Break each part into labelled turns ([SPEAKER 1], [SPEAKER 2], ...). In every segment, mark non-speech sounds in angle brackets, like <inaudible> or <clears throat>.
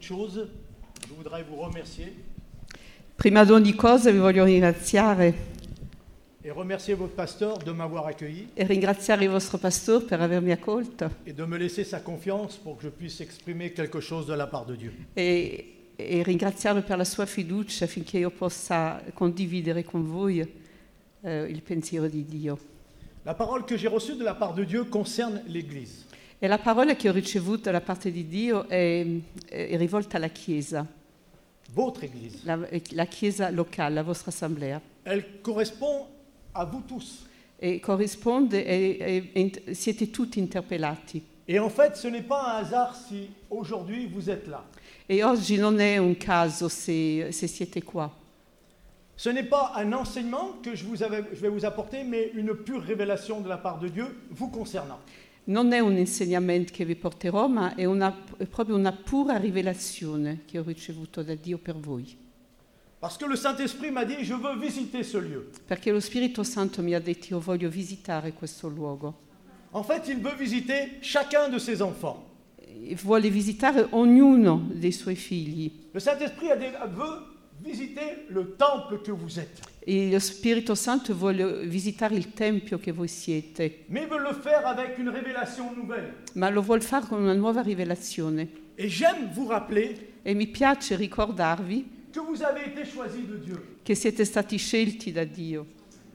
[SPEAKER 1] chose, je voudrais vous remercier
[SPEAKER 2] Prima di ogni cosa vi voglio ringraziare
[SPEAKER 1] et remercier votre pasteur de m'avoir accueilli
[SPEAKER 2] e ringraziare il vostro pastore per avermi accolto
[SPEAKER 1] et de me laisser sa confiance pour que je puisse exprimer quelque chose de la part de Dieu.
[SPEAKER 2] e, e ringraziarlo per la sua fiducia affinché io possa condividere con voi eh, il pensiero di Dio.
[SPEAKER 1] La parole que j'ai reçue de la part de Dieu concerne l'Église.
[SPEAKER 2] E la parola che ho ricevuto da parte di Dio è, è rivolta alla Chiesa,
[SPEAKER 1] Votre Église.
[SPEAKER 2] la, la Chiesa locale, la vostra assemblea.
[SPEAKER 1] Elle correspond à vous tous.
[SPEAKER 2] E corrisponde, e, e- e int- siete tutti interpellati.
[SPEAKER 1] Et en fait, ce n'est pas un hasard si aujourd'hui vous êtes là.
[SPEAKER 2] E oggi non è un caso se, se siete qua.
[SPEAKER 1] Ce n'est pas un enseignement que je, vous avais- je vais vous apporter, mais une pure révélation de la part de Dieu vous concernant.
[SPEAKER 2] Non è un insegnamento che vi porterò, ma è, una- è proprio una pura rivelazione che ho ricevuto da Dio per voi.
[SPEAKER 1] Parce que le Saint-Esprit m'a dit, je veux visiter ce lieu.
[SPEAKER 2] Perché lo Spirito Santo mi ha detto io voglio visitare questo luogo.
[SPEAKER 1] En fait, il veut visiter chacun de ses enfants.
[SPEAKER 2] E vuole visitare ognuno dei suoi figli.
[SPEAKER 1] Le Saint-Esprit a des- veut visiter le temple que vous êtes.
[SPEAKER 2] E lo Spirito Santo vuole visitare il Tempio che voi siete,
[SPEAKER 1] Mais il veut le faire avec une révélation nouvelle.
[SPEAKER 2] ma lo vuole fare con una nuova rivelazione.
[SPEAKER 1] Et j'aime vous rappeler
[SPEAKER 2] E mi piace ricordarvi
[SPEAKER 1] que vous avez été choisis de Dieu.
[SPEAKER 2] che siete stati scelti da Dio,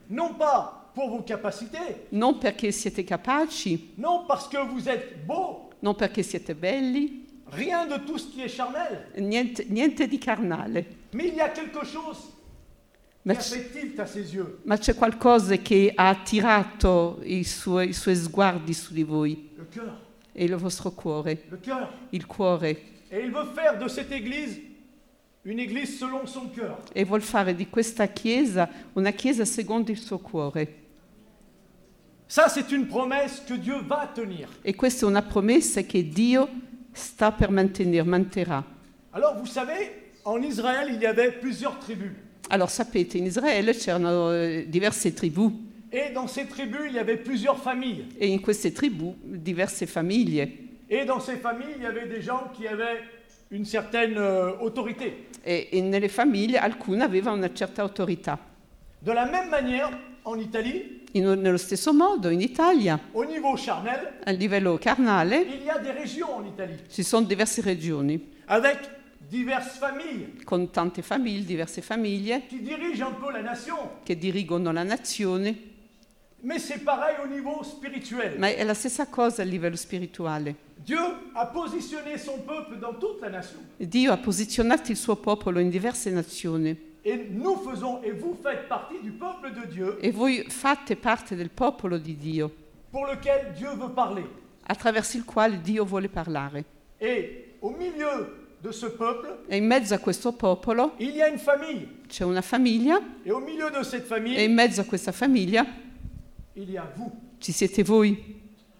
[SPEAKER 1] Non pas pour vos capacités,
[SPEAKER 2] non perché siete capaci,
[SPEAKER 1] non parce que vous êtes beau,
[SPEAKER 2] non perché siete belli,
[SPEAKER 1] rien de tout ce qui est charnel.
[SPEAKER 2] Niente, niente di carnale,
[SPEAKER 1] Mais il y a quelque chose
[SPEAKER 2] ma, c-
[SPEAKER 1] perfectible à ses yeux.
[SPEAKER 2] ma c'è qualcosa che ha attirato i suoi, i suoi sguardi su di voi
[SPEAKER 1] Le cœur,
[SPEAKER 2] e il vostro cuore,
[SPEAKER 1] le cœur.
[SPEAKER 2] il cuore,
[SPEAKER 1] Et il veut faire de cette église une église selon son cœur.
[SPEAKER 2] e vuol fare di questa chiesa una chiesa secondo il suo cuore.
[SPEAKER 1] Ça, c'est une promesse que Dieu va tenir.
[SPEAKER 2] E questa è una promessa che Dio sta per mantenere, manterrà.
[SPEAKER 1] Alors, vous savez, en Israël, il y avait plusieurs tribus.
[SPEAKER 2] Allora sapete, in Israele c'erano eh, diverse tribù
[SPEAKER 1] Et dans ces tribus, il y avait plusieurs familles.
[SPEAKER 2] e in queste tribù diverse famiglie
[SPEAKER 1] Et dans ces familles, il y avait des gens qui avaient une certaine euh, autorité.
[SPEAKER 2] e, e nelle famiglie alcune avevano una certa autorità.
[SPEAKER 1] De la même manière, en Italie,
[SPEAKER 2] In- nello stesso modo in Italia
[SPEAKER 1] au niveau charnel,
[SPEAKER 2] A livello carnale
[SPEAKER 1] il y a des régions en Italie,
[SPEAKER 2] ci sono diverse regioni
[SPEAKER 1] avec diverses familles
[SPEAKER 2] con tante famiglie, diverse famiglie
[SPEAKER 1] qui dirigent un peu la nation.
[SPEAKER 2] che dirigono la nazione,
[SPEAKER 1] Mais c'est pareil au niveau spirituel.
[SPEAKER 2] ma è la stessa cosa a livello spirituale.
[SPEAKER 1] Dieu a positionné son peuple dans toute la nation.
[SPEAKER 2] Dio ha posizionato il suo popolo in diverse nazioni
[SPEAKER 1] Et nous faisons, et vous faites partie du peuple de Dieu
[SPEAKER 2] e voi fate parte del popolo di Dio
[SPEAKER 1] pour lequel Dieu veut parler.
[SPEAKER 2] attraverso il quale Dio vuole parlare.
[SPEAKER 1] Et au milieu de ce peuple,
[SPEAKER 2] E in mezzo a questo popolo
[SPEAKER 1] il y a une famille.
[SPEAKER 2] c'è una famiglia
[SPEAKER 1] Et au milieu de cette
[SPEAKER 2] e
[SPEAKER 1] famille,
[SPEAKER 2] in mezzo a questa famiglia
[SPEAKER 1] il y a vous.
[SPEAKER 2] ci siete voi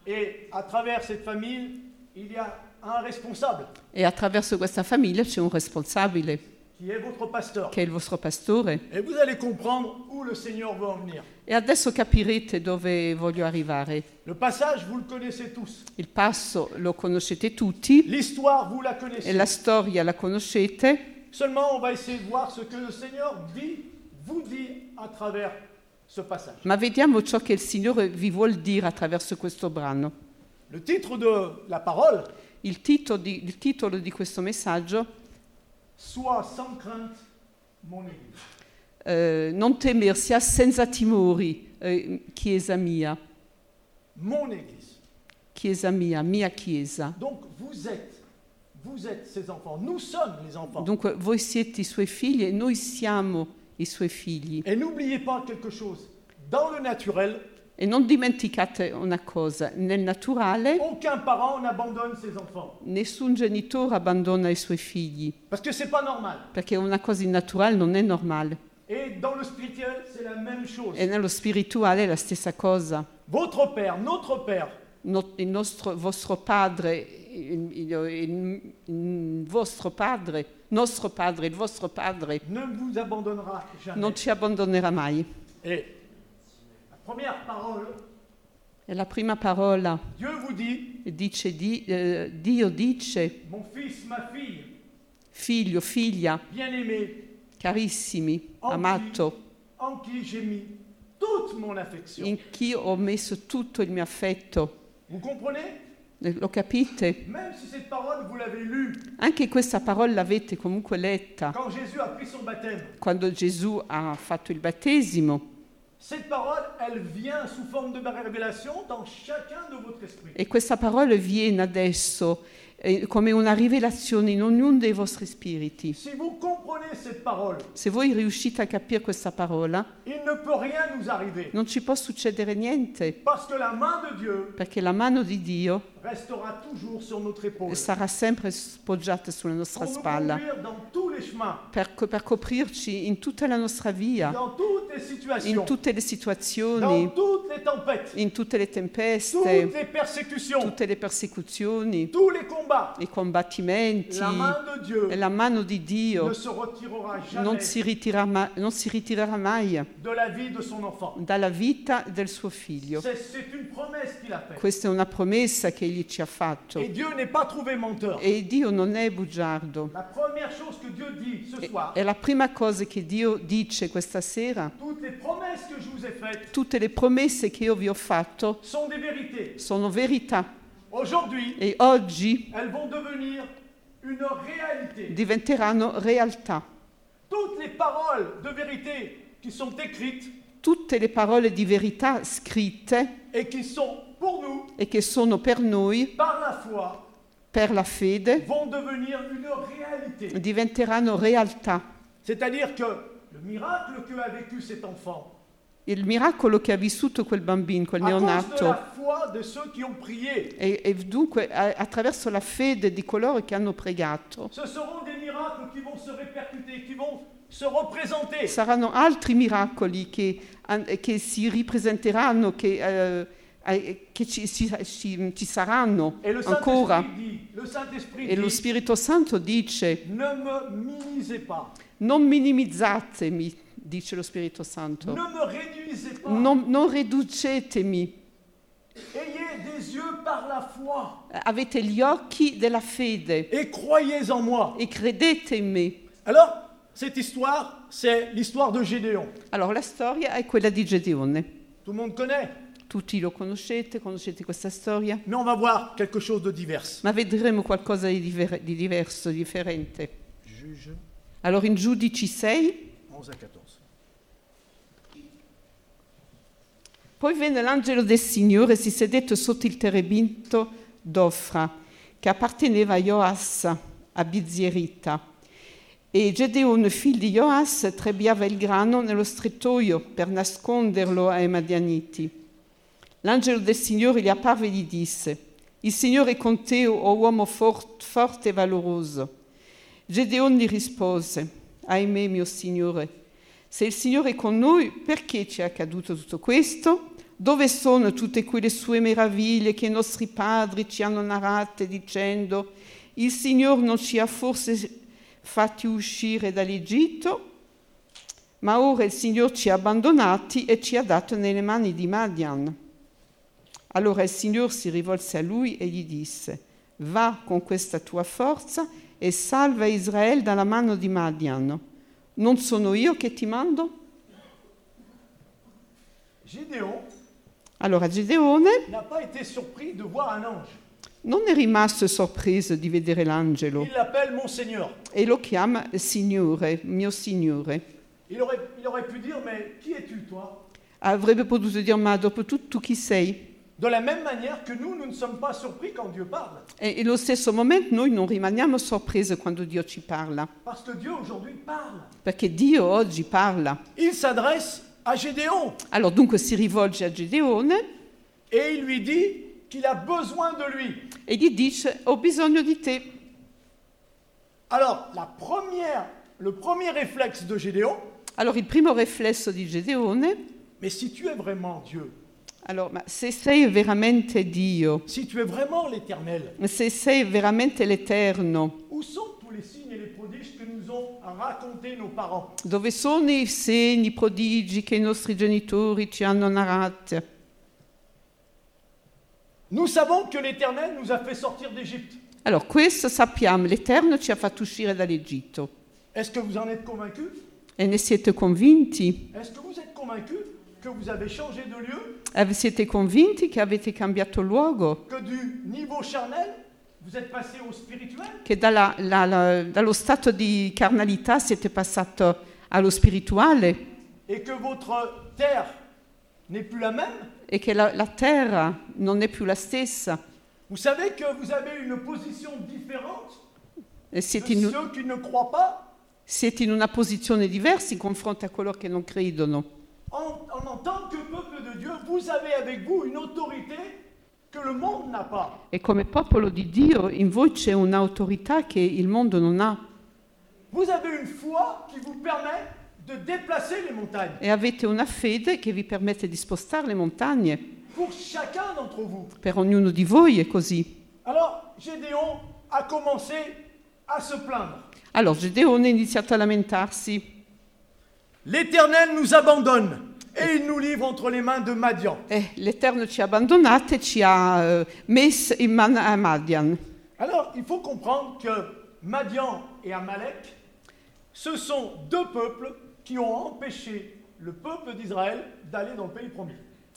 [SPEAKER 1] Et à travers cette famille, il y a un responsable
[SPEAKER 2] e attraverso questa famiglia c'è un responsabile
[SPEAKER 1] qui est votre pasteur.
[SPEAKER 2] che è il vostro pastore
[SPEAKER 1] Et vous allez comprendre où le Seigneur veut en venir.
[SPEAKER 2] E adesso capirete dove voglio arrivare.
[SPEAKER 1] Le passage, vous le connaissez tous.
[SPEAKER 2] Il passo lo conoscete tutti
[SPEAKER 1] L'histoire, vous la
[SPEAKER 2] e
[SPEAKER 1] connaissez.
[SPEAKER 2] la storia la conoscete,
[SPEAKER 1] Seulement, on va essayer de voir ce que le Seigneur dit, vous dit à travers ce passage.
[SPEAKER 2] ma vediamo ciò che il Signore vi vuol dire attraverso questo brano.
[SPEAKER 1] Le titre de la parole,
[SPEAKER 2] Il titolo di, il titolo di questo messaggio,
[SPEAKER 1] Sois sans crainte, mon Église.
[SPEAKER 2] eh, non temer, sia senza timori, eh, chiesa mia,
[SPEAKER 1] Mon Église.
[SPEAKER 2] chiesa mia, mia chiesa.
[SPEAKER 1] Donc, vous êtes, vous êtes ses enfants. Nous sommes les enfants.
[SPEAKER 2] Dunque voi siete i suoi figli e noi siamo i suoi figli.
[SPEAKER 1] Et n'oubliez pas quelque chose. Dans le naturel,
[SPEAKER 2] E non dimenticate una cosa, nel naturale
[SPEAKER 1] aucun parent n'abandonne ses enfants.
[SPEAKER 2] Nessun genitore abbandona i suoi figli
[SPEAKER 1] Parce que c'est pas normal.
[SPEAKER 2] perché è una cosa innaturale, non è normale.
[SPEAKER 1] Et dans le spirituel, c'est la même chose.
[SPEAKER 2] E nello spirituale è la stessa cosa.
[SPEAKER 1] Votre Père, notre Père,
[SPEAKER 2] No- il nostro, vostro padre, il, il- il- il vostro padre, nostro padre, il vostro padre
[SPEAKER 1] ne vous abandonnera jamais.
[SPEAKER 2] non ci abbandonerà mai.
[SPEAKER 1] Et la première parole,
[SPEAKER 2] E la prima parola
[SPEAKER 1] Dieu vous dit,
[SPEAKER 2] dice di- eh, Dio dice,
[SPEAKER 1] mon fils, ma fille,
[SPEAKER 2] figlio, figlia,
[SPEAKER 1] bien-aimé,
[SPEAKER 2] carissimi,
[SPEAKER 1] Oggi-
[SPEAKER 2] amato,
[SPEAKER 1] en qui j'ai mis toute mon affection.
[SPEAKER 2] in chi ho messo tutto il mio affetto.
[SPEAKER 1] Vous comprenez
[SPEAKER 2] Eh, Lo capite?
[SPEAKER 1] Même si cette parole, vous l'avez lue
[SPEAKER 2] Anche questa parola l'avete comunque letta
[SPEAKER 1] quand Jésus a pris son baptême,
[SPEAKER 2] quando Gesù ha fatto il battesimo
[SPEAKER 1] cette parole, elle vient sous forme de révélation dans chacun de votre esprit.
[SPEAKER 2] e questa parola viene adesso eh, come una rivelazione in ognuno dei vostri spiriti.
[SPEAKER 1] Si vous comprenez cette parole,
[SPEAKER 2] Se voi riuscite a capire questa parola,
[SPEAKER 1] il ne peut rien nous arriver.
[SPEAKER 2] non ci può succedere niente,
[SPEAKER 1] Parce que la main de Dieu
[SPEAKER 2] perché la mano di Dio
[SPEAKER 1] restera toujours sur notre épaule.
[SPEAKER 2] sarà sempre appoggiata sulla
[SPEAKER 1] Pour
[SPEAKER 2] nostra
[SPEAKER 1] nous
[SPEAKER 2] spalla
[SPEAKER 1] conduire dans tous les chemins,
[SPEAKER 2] per, co- per coprirci in tutta la nostra via,
[SPEAKER 1] dans toutes les
[SPEAKER 2] in
[SPEAKER 1] situations,
[SPEAKER 2] tutte le situazioni,
[SPEAKER 1] dans toutes les tempêtes,
[SPEAKER 2] in tutte le
[SPEAKER 1] toutes
[SPEAKER 2] tempeste,
[SPEAKER 1] les persécutions,
[SPEAKER 2] tutte le persecuzioni,
[SPEAKER 1] tous les combats.
[SPEAKER 2] i combattimenti.
[SPEAKER 1] La main de Dieu
[SPEAKER 2] E la mano di Dio
[SPEAKER 1] ne se retirera
[SPEAKER 2] non
[SPEAKER 1] jamais
[SPEAKER 2] si, ritira ma- non si ritirerà mai
[SPEAKER 1] de la vie de son enfant.
[SPEAKER 2] dalla vita del suo figlio.
[SPEAKER 1] C'est c'est une promesse qu'il a faite.
[SPEAKER 2] Questa è una promessa che egli ci ha
[SPEAKER 1] Et
[SPEAKER 2] fatto.
[SPEAKER 1] Dieu n'est pas trouvé menteur.
[SPEAKER 2] E Dio non è bugiardo.
[SPEAKER 1] La première chose que Dieu dit ce
[SPEAKER 2] E-
[SPEAKER 1] soir,
[SPEAKER 2] È la prima cosa che Dio dice questa sera.
[SPEAKER 1] toutes les promesses que je vous ai faites
[SPEAKER 2] Tutte le promesse che io vi ho fatto
[SPEAKER 1] sont des vérités.
[SPEAKER 2] sono verità
[SPEAKER 1] Aujourd'hui,
[SPEAKER 2] e oggi
[SPEAKER 1] elles vont devenir une réalité.
[SPEAKER 2] diventeranno realtà.
[SPEAKER 1] Toutes les paroles de vérité qui sont écrites
[SPEAKER 2] Tutte le parole di verità scritte
[SPEAKER 1] et qui sont pour nous,
[SPEAKER 2] e che sono per noi,
[SPEAKER 1] par la foi,
[SPEAKER 2] per la fede,
[SPEAKER 1] vont devenir une réalité.
[SPEAKER 2] diventeranno realtà.
[SPEAKER 1] C'est-à-dire que le miracle que a vécu cet enfant,
[SPEAKER 2] Il miracolo che ha vissuto quel bambino, quel
[SPEAKER 1] à cause de la
[SPEAKER 2] neonato,
[SPEAKER 1] foi de ceux qui ont prié,
[SPEAKER 2] e, e dunque a- attraverso la fede di coloro che hanno pregato,
[SPEAKER 1] ce seront des miracles qui vont se répercuter, qui vont se représenter.
[SPEAKER 2] saranno altri miracoli che, an- che si ripresenteranno, che, eh, eh, che ci, si- ci- ci saranno
[SPEAKER 1] Et le
[SPEAKER 2] ancora.
[SPEAKER 1] Saint-Esprit dit, le Saint-Esprit
[SPEAKER 2] E lo
[SPEAKER 1] dit,
[SPEAKER 2] Spirito Santo dice,
[SPEAKER 1] ne me minimisez pas,
[SPEAKER 2] non minimizzatemi, dice lo Spirito
[SPEAKER 1] ne
[SPEAKER 2] Santo,
[SPEAKER 1] me réduisez pas,
[SPEAKER 2] non, non riducetemi,
[SPEAKER 1] ayez des yeux par la foi
[SPEAKER 2] avete gli occhi della fede
[SPEAKER 1] et croyez en moi.
[SPEAKER 2] e credete in me.
[SPEAKER 1] Alors, cette histoire, c'est l'histoire de Gédéon.
[SPEAKER 2] Allora, la storia è quella di Gedeone.
[SPEAKER 1] Tout le monde connaît,
[SPEAKER 2] Tutti lo conoscete, conoscete questa storia,
[SPEAKER 1] mais on va voir quelque chose de divers.
[SPEAKER 2] ma vedremo qualcosa di, diver- di diverso, differente.
[SPEAKER 1] Juge
[SPEAKER 2] Allora, in Giudici 6,
[SPEAKER 1] 11 à 14.
[SPEAKER 2] poi venne l'angelo del Signore e si sedette sotto il terebinto d'Ofra, che apparteneva a Joas, a Bizierita. E Gedeone, figlio di Joas, trebbiava il grano nello strettoio per nasconderlo ai Madianiti. L'angelo del Signore gli apparve e gli disse, il Signore è con te, o uomo for- forte e valoroso. Gedeon gli rispose, ahimè mio Signore, se il Signore è con noi, perché ci è accaduto tutto questo? Dove sono tutte quelle sue meraviglie che i nostri padri ci hanno narrate dicendo, il Signore non ci ha forse fatti uscire dall'Egitto? Ma ora il Signore ci ha abbandonati e ci ha dato nelle mani di Madian. Allora il Signore si rivolse a lui e gli disse, va con questa tua forza e salva Israele dalla mano di Madian. Non sono io che ti mando?
[SPEAKER 1] Gédéon
[SPEAKER 2] Allora Gedeone
[SPEAKER 1] n'a pas été surpris de voir un ange.
[SPEAKER 2] non è rimasto sorpreso di vedere l'angelo
[SPEAKER 1] Il l'appelle mon Seigneur.
[SPEAKER 2] e lo chiama Signore, mio Signore.
[SPEAKER 1] Il aurait, il aurait pu dire, mais qui es-tu toi
[SPEAKER 2] Avrebbe potuto dire, ma dopo tutto tu chi sei?
[SPEAKER 1] De la même manière que nous, nous ne sommes pas surpris quand Dieu parle.
[SPEAKER 2] E e allo stesso momento noi non rimaniamo sorpresi quando Dio ci parla,
[SPEAKER 1] Parce que Dieu aujourd'hui parle.
[SPEAKER 2] perché Dio oggi parla.
[SPEAKER 1] Il s'adresse à Gédéon
[SPEAKER 2] Allora dunque si rivolge a Gedeone
[SPEAKER 1] et il lui dit qu'il a besoin de lui.
[SPEAKER 2] e gli dice ho bisogno di te.
[SPEAKER 1] Alors, la première, le premier réflexe de Gédéon,
[SPEAKER 2] Allora il primo riflesso di Gedeone,
[SPEAKER 1] mais si tu es vraiment Dieu,
[SPEAKER 2] allora ma se sei veramente Dio,
[SPEAKER 1] si tu es vraiment l'Éternel,
[SPEAKER 2] se sei veramente l'Eterno,
[SPEAKER 1] où sont tous les signes et les prodiges que nous ont racontés nos parents
[SPEAKER 2] dove sono i segni, i prodigi che i nostri genitori ci hanno narrati?
[SPEAKER 1] Nous savons que l'Éternel nous a fait sortir d'Égypte.
[SPEAKER 2] Allora, questo sappiamo, l'Eterno ci ha fatto uscire dall'Egitto.
[SPEAKER 1] Est-ce que vous en êtes convaincu
[SPEAKER 2] E ne siete convinti?
[SPEAKER 1] Est-ce que vous êtes convaincu que vous avez changé de lieu,
[SPEAKER 2] Eh, Siete convinti che avete cambiato luogo?
[SPEAKER 1] que du niveau charnel, vous êtes passé au spirituel
[SPEAKER 2] Che dalla- la- la- dallo stato di carnalità siete passato allo spirituale?
[SPEAKER 1] et que votre terre n'est plus la même
[SPEAKER 2] E che la, la terra non è più la stessa?
[SPEAKER 1] Vous savez que vous avez une position différente
[SPEAKER 2] E
[SPEAKER 1] de
[SPEAKER 2] siete in,
[SPEAKER 1] ceux qui ne croient pas
[SPEAKER 2] siete in una posizione diversa in confronto a coloro che non credono.
[SPEAKER 1] en, en, en tant que peuple de Dieu, vous avez avec vous une autorité que le monde n'a pas.
[SPEAKER 2] E come popolo di Dio in voi c'è un'autorità che il mondo non ha.
[SPEAKER 1] Vous avez une foi qui vous permet de déplacer les montagnes
[SPEAKER 2] E avete una fede che vi permette di spostare le montagne.
[SPEAKER 1] pour chacun d'entre vous.
[SPEAKER 2] Per ognuno di voi è così.
[SPEAKER 1] Alors Gédéon a commencé à se plaindre.
[SPEAKER 2] Allora Gedeone ha iniziato a lamentarsi.
[SPEAKER 1] L'Éternel nous abandonne et il nous livre entre les mains de Madian.
[SPEAKER 2] Eh, L'Eterno ci ha abbandonato e ci ha eh, messo in mano a Madian.
[SPEAKER 1] Alors, il faut comprendre que Madian et Amalek, ce sont deux peuples qui ont empêché le peuple d'Israël d'aller dans le pays promis.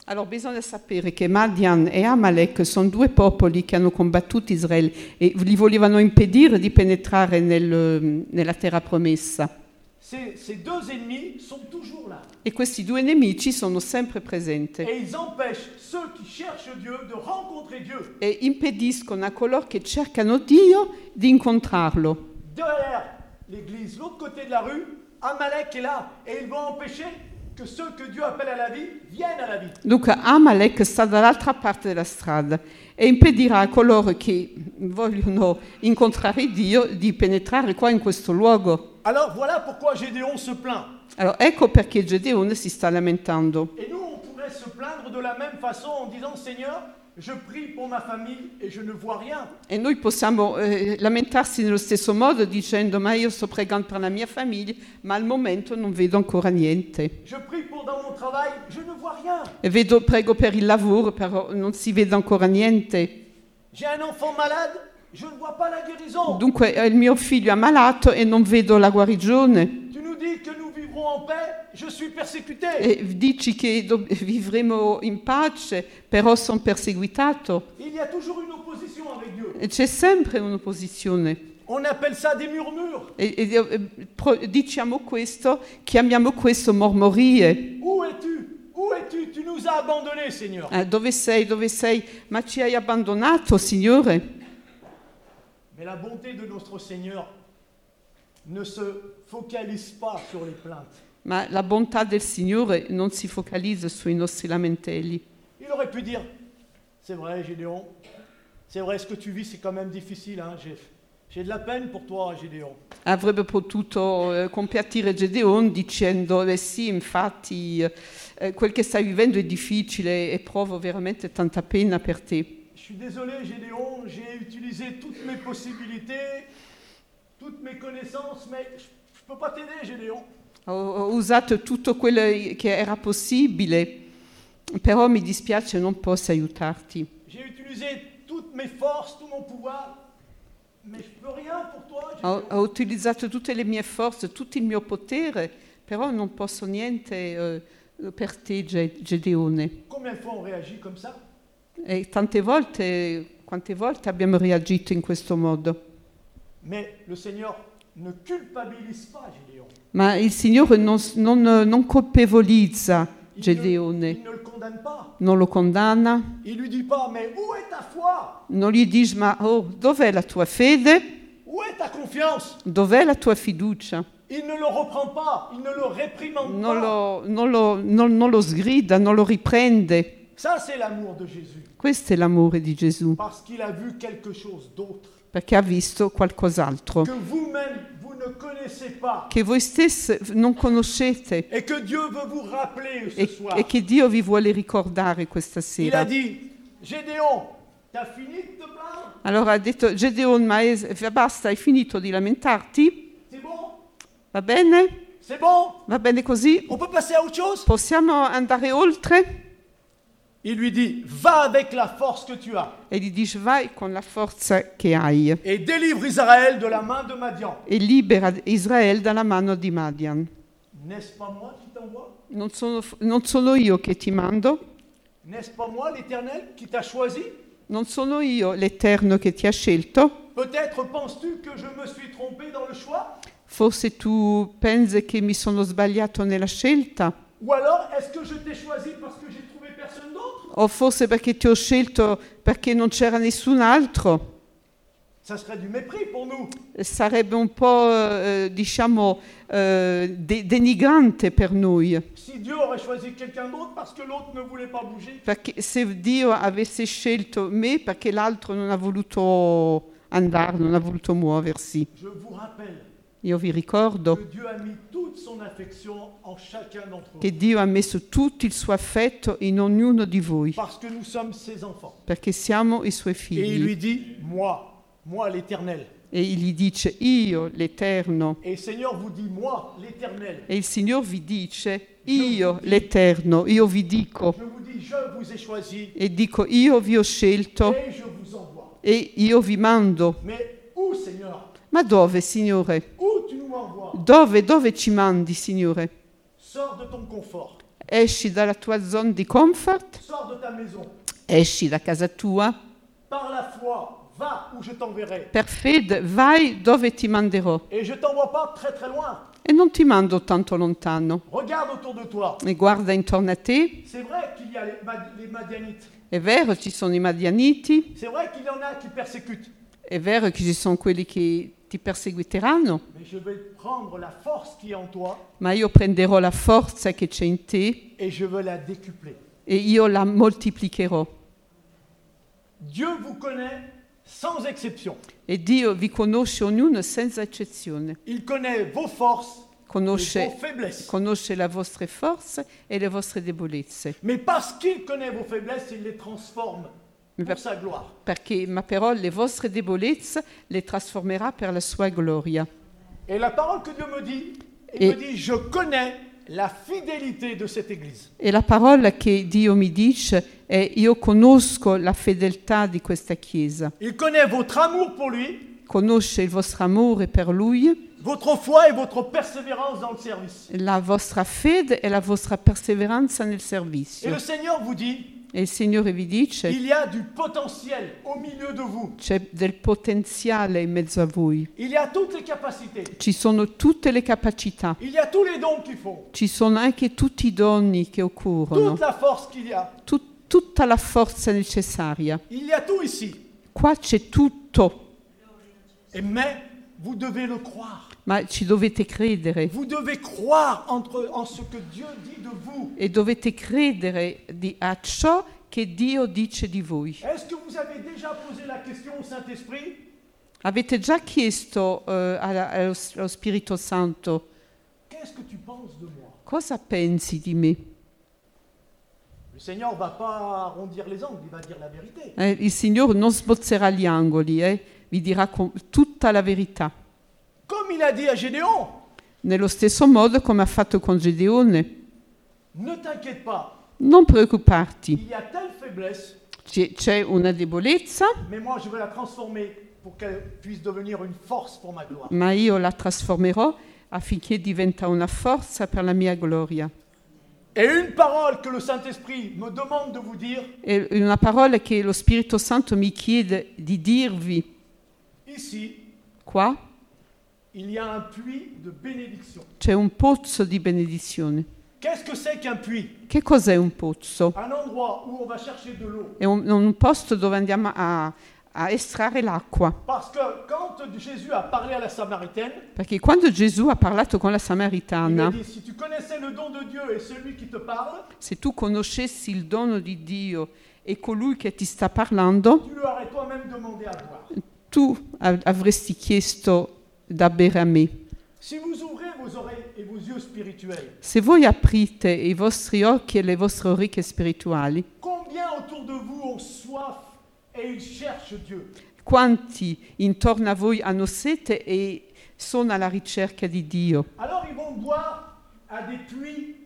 [SPEAKER 2] Allora bisogna sapere che Madian e Amalek sono due popoli che hanno combattuto Israele e li volevano impedire di penetrare nel- nella terra promessa.
[SPEAKER 1] Ces, ces deux ennemis sont toujours là
[SPEAKER 2] E questi due nemici sono sempre presenti
[SPEAKER 1] et ils empêchent ceux qui cherchent Dieu de rencontrer Dieu.
[SPEAKER 2] e impediscono a coloro che cercano Dio di incontrarlo.
[SPEAKER 1] Derrière l'église, l'autre côté de la rue, Amalek est là et ils vont empêcher que ceux que Dieu appelle à la vie viennent à la vie.
[SPEAKER 2] Dunque Amalek sta dall'altra parte della strada e impedirà a coloro che vogliono incontrare Dio di penetrare qua in questo luogo.
[SPEAKER 1] Alors voilà pourquoi Gédéon se plaint.
[SPEAKER 2] Allora, ecco perché Gedeone si sta lamentando.
[SPEAKER 1] Et nous, on pourrait se plaindre de la même façon en disant Seigneur, je prie pour ma famille et je ne vois rien.
[SPEAKER 2] E noi possiamo eh, lamentarsi nello stesso modo dicendo ma io sto pregando per la mia famiglia, ma al momento non vedo ancora niente.
[SPEAKER 1] Je prie pour dans mon travail, je ne vois rien.
[SPEAKER 2] E vedo- prego per il lavoro, però non si vede ancora niente.
[SPEAKER 1] J'ai un enfant malade, je ne vois pas la guérison.
[SPEAKER 2] Dunque eh, il mio figlio è ammalato e non vedo la guarigione.
[SPEAKER 1] Tu nous dis que nous vivrons en paix, je suis persécuté.
[SPEAKER 2] E dici che do- <laughs> vivremo in pace, però sono perseguitato.
[SPEAKER 1] Il y a toujours une opposition avec Dieu.
[SPEAKER 2] E c'è sempre un'opposizione.
[SPEAKER 1] On appelle ça des murmures.
[SPEAKER 2] E, e- e- pro- diciamo questo, chiamiamo questo mormorie.
[SPEAKER 1] Où es-tu Où es-tu Tu nous as abandonnés, Seigneur.
[SPEAKER 2] Eh, dove sei, dove sei? Ma ci hai abbandonato, Signore?
[SPEAKER 1] Mais la bonté de notre Seigneur ne se focalise pas sur les plaintes.
[SPEAKER 2] Ma la bontà del Signore non si focalizza sui nostri lamentelli.
[SPEAKER 1] Il aurait pu dire, c'est vrai Gédéon, c'est vrai ce que tu vis c'est quand même difficile, hein, j'ai, j'ai de la peine pour toi Gédéon.
[SPEAKER 2] Avrebbe potuto eh, compiattire Gedeon dicendo, "Eh sì, infatti, eh, eh, quel che stai vivendo è difficile e provo veramente tanta pena per te.
[SPEAKER 1] Je suis désolé Gédéon, j'ai utilisé toutes mes possibilités, toutes mes connaissances, mais je, je peux pas t'aider Gédéon.
[SPEAKER 2] Ho, ho usato tutto quello che era possibile, però mi dispiace non posso aiutarti.
[SPEAKER 1] J'ai utilisé toutes mes forces, tout mon pouvoir, mais je peux rien pour toi Gédéon.
[SPEAKER 2] Ho, ho utilizzato tutte le mie forze, tutto il mio potere, però non posso niente eh, per te, Ge- Gedeone.
[SPEAKER 1] Combien de fois on réagit comme ça
[SPEAKER 2] E tante volte, quante volte abbiamo reagito in questo modo.
[SPEAKER 1] Mais le Seigneur ne culpabilise pas Gédéon.
[SPEAKER 2] Ma il Signore non, s- non, eh, non colpevolizza
[SPEAKER 1] Il ne-
[SPEAKER 2] Gedeone,
[SPEAKER 1] il ne le condamne pas.
[SPEAKER 2] non lo condanna,
[SPEAKER 1] Il lui dit pas, mais où est ta foi
[SPEAKER 2] non gli dice ma oh, dov'è la tua fede?
[SPEAKER 1] Où est ta confiance
[SPEAKER 2] Dov'è la tua fiducia?
[SPEAKER 1] Il ne le reprend pas, il ne le réprimande
[SPEAKER 2] Non
[SPEAKER 1] pas.
[SPEAKER 2] lo, non lo- non- non lo sgrida, non lo riprende.
[SPEAKER 1] Ça, c'est l'amour de Jésus,
[SPEAKER 2] Questo è l'amore di Gesù,
[SPEAKER 1] parce qu'il a vu quelque chose d'autre
[SPEAKER 2] perché ha visto qualcos'altro.
[SPEAKER 1] que vous-même, vous ne connaissez pas,
[SPEAKER 2] che voi stesse non conoscete
[SPEAKER 1] et que Dieu veut vous rappeler ce
[SPEAKER 2] e,
[SPEAKER 1] soir.
[SPEAKER 2] e che Dio vi vuole ricordare questa
[SPEAKER 1] Il a
[SPEAKER 2] sera.
[SPEAKER 1] dit, Gédéon, t'as fini de te plaindre
[SPEAKER 2] Allora ha detto Gedeon, ma es- f- basta, hai finito di lamentarti?
[SPEAKER 1] C'est bon
[SPEAKER 2] Va bene?
[SPEAKER 1] C'est bon
[SPEAKER 2] Va bene così?
[SPEAKER 1] On peut passer à autre chose
[SPEAKER 2] Possiamo andare oltre?
[SPEAKER 1] Il lui dit, va avec la force que tu as
[SPEAKER 2] e gli dice vai con la forza che hai
[SPEAKER 1] et délivre Israël de la main de Madian.
[SPEAKER 2] e libera Israele dalla mano di Madian.
[SPEAKER 1] N'est-ce pas moi qui t'envoie
[SPEAKER 2] Non sono, non sono io che ti mando,
[SPEAKER 1] N'est-ce pas moi l'Éternel qui t'a choisi
[SPEAKER 2] non sono io l'Eterno che ti ha scelto.
[SPEAKER 1] Peut-être penses-tu que je me suis trompé dans le choix
[SPEAKER 2] Forse tu pensi che mi sono sbagliato nella scelta?
[SPEAKER 1] Ou alors est-ce que je t'ai choisi parce que j'ai trouvé personne d'autre
[SPEAKER 2] O forse perché ti ho scelto perché non c'era nessun altro?
[SPEAKER 1] Ça serait du mépris pour nous.
[SPEAKER 2] Sarebbe un po', eh, diciamo, eh, de- denigrante per noi.
[SPEAKER 1] Si Dieu aurait choisi quelqu'un d'autre parce que l'autre ne voulait pas bouger,
[SPEAKER 2] Perché se Dio avesse scelto me perché l'altro non ha voluto andare, non ha voluto muoversi.
[SPEAKER 1] je vous rappelle
[SPEAKER 2] Io vi
[SPEAKER 1] que
[SPEAKER 2] ricordo
[SPEAKER 1] Dieu a mis toute son affection en chacun d'entre nous
[SPEAKER 2] che Dio ha messo tutto il suo affetto in ognuno di voi,
[SPEAKER 1] parce que nous sommes ses enfants.
[SPEAKER 2] perché siamo i suoi
[SPEAKER 1] Et il
[SPEAKER 2] figli.
[SPEAKER 1] lui dit, moi, moi l'Éternel.
[SPEAKER 2] E gli dice, io l'Eterno.
[SPEAKER 1] Et le Seigneur vous dit, moi l'Éternel.
[SPEAKER 2] E il Signore vi dice, io l'Eterno, io vi dico,
[SPEAKER 1] Je vous dis, je vous ai choisi
[SPEAKER 2] e dico, io vi ho scelto
[SPEAKER 1] et je vous envoie.
[SPEAKER 2] e io vi mando.
[SPEAKER 1] Mais où, Seigneur
[SPEAKER 2] Ma dove, Signore?
[SPEAKER 1] Où tu nous envoies
[SPEAKER 2] Dove, dove ci mandi, Signore?
[SPEAKER 1] Sors de ton confort,
[SPEAKER 2] Esci dalla tua zona di comfort,
[SPEAKER 1] sors de ta maison.
[SPEAKER 2] esci da casa tua,
[SPEAKER 1] Par la foi, va où je t'enverrai.
[SPEAKER 2] per fede vai dove ti manderò.
[SPEAKER 1] Et je t'envoie pas très très loin.
[SPEAKER 2] E non ti mando tanto lontano.
[SPEAKER 1] Regarde autour de toi.
[SPEAKER 2] E guarda intorno a te,
[SPEAKER 1] C'est vrai qu'il y a les, Ma- les Madianites.
[SPEAKER 2] è vero ci sono i Madianiti,
[SPEAKER 1] C'est vrai qu'il y en a qui persécutent.
[SPEAKER 2] è vero che ci sono quelli che ti perseguiteranno,
[SPEAKER 1] Mais je vais prendre la force qui est en toi
[SPEAKER 2] ma io prenderò la forza che c'è in te
[SPEAKER 1] et je veux la décupler.
[SPEAKER 2] e io la moltiplicherò.
[SPEAKER 1] Dieu vous connaît sans exception.
[SPEAKER 2] E Dio vi conosce ognuno senza eccezione,
[SPEAKER 1] Il connaît vos forces et vos
[SPEAKER 2] conosce,
[SPEAKER 1] faiblesses.
[SPEAKER 2] conosce le vostre forze e le vostre debolezze.
[SPEAKER 1] Mais parce qu'il connaît vos faiblesses, il les transforme
[SPEAKER 2] Mais
[SPEAKER 1] pour
[SPEAKER 2] va-
[SPEAKER 1] sa gloire.
[SPEAKER 2] Perché, ma però le vostre debolezze le trasformerà per la sua gloria.
[SPEAKER 1] Et la parole que Dieu me dit, il
[SPEAKER 2] Et-
[SPEAKER 1] me dit, je connais la fidélité de cette Église.
[SPEAKER 2] E la parola che Dio mi dice è io conosco la fedeltà di questa Chiesa,
[SPEAKER 1] Il connaît votre amour pour lui,
[SPEAKER 2] conosce il vostro amore per Lui,
[SPEAKER 1] votre foi et votre persévérance dans le service.
[SPEAKER 2] la vostra fede e la vostra perseveranza nel
[SPEAKER 1] Et le
[SPEAKER 2] servizio.
[SPEAKER 1] Seigneur vous dit,
[SPEAKER 2] E il Signore vi dice
[SPEAKER 1] il y a du potentiel au milieu de vous.
[SPEAKER 2] c'è del potenziale in mezzo a voi,
[SPEAKER 1] Il y a toutes les capacités.
[SPEAKER 2] ci sono tutte le capacità,
[SPEAKER 1] Il y a tous les dons qu'il faut.
[SPEAKER 2] ci sono anche tutti i doni che occorrono,
[SPEAKER 1] Toute la force qu'il y a.
[SPEAKER 2] tut- tutta la forza necessaria.
[SPEAKER 1] Il y a tout ici.
[SPEAKER 2] Qua c'è tutto,
[SPEAKER 1] Et mais vous devez le croire.
[SPEAKER 2] ma ci dovete credere.
[SPEAKER 1] Vous devez croire entre- en ce que Dieu dit de vous.
[SPEAKER 2] e dovete credere di- a ciò che Dio dice di voi.
[SPEAKER 1] Est-ce que vous avez déjà posé la question au Saint-Esprit
[SPEAKER 2] Avete già chiesto eh, alla- allo, allo Spirito Santo
[SPEAKER 1] Qu'est-ce que tu penses de moi
[SPEAKER 2] cosa pensi di me?
[SPEAKER 1] Le Seigneur va pas arrondir les angles, il va dire la vérité.
[SPEAKER 2] Eh, il Signore non sbozzerà gli angoli, eh, vi dirà con- tutta la verità.
[SPEAKER 1] Comme il a dit à Gédéon,
[SPEAKER 2] Nello stesso modo come ha fatto con Gedeone.
[SPEAKER 1] ne t'inquiète pas,
[SPEAKER 2] Non preoccuparti,
[SPEAKER 1] il y a telle faiblesse,
[SPEAKER 2] c'è, c'è una debolezza,
[SPEAKER 1] mais moi je vais la transformer pour qu'elle puisse devenir une force pour ma gloire.
[SPEAKER 2] ma io la trasformerò affinché diventa una forza per la mia gloria.
[SPEAKER 1] Et une parole que le Saint-Esprit me demande de vous dire,
[SPEAKER 2] È una parola che lo Spirito Santo mi chiede di dirvi
[SPEAKER 1] ici,
[SPEAKER 2] qua.
[SPEAKER 1] il y a un puits de bénédiction.
[SPEAKER 2] C'è un pozzo di benedizione.
[SPEAKER 1] Qu'est-ce que c'est qu'un puits
[SPEAKER 2] Che cos'è un pozzo?
[SPEAKER 1] un endroit où on va chercher de l'eau.
[SPEAKER 2] È un, un posto dove andiamo a, a estrarre l'acqua.
[SPEAKER 1] Parce que quand Jésus a parlé à la Samaritaine,
[SPEAKER 2] Perché quando Gesù ha parlato con la
[SPEAKER 1] il lui a
[SPEAKER 2] Samaritana,
[SPEAKER 1] dit, si tu connaissais le don de Dieu et celui qui te parle,
[SPEAKER 2] se tu conoscessi il dono di Dio e colui che ti sta parlando,
[SPEAKER 1] tu lui aurais toi-même demandé à boire.
[SPEAKER 2] tu av- avresti chiesto da bere a me.
[SPEAKER 1] Si vous ouvrez vos oreilles et vos yeux spirituels,
[SPEAKER 2] Se voi aprite i vostri occhi e le vostre orecchie spirituali,
[SPEAKER 1] combien autour de vous ont soif et ils cherchent Dieu
[SPEAKER 2] quanti intorno a voi hanno sete e sono alla ricerca di Dio.
[SPEAKER 1] Alors ils vont boire à des puits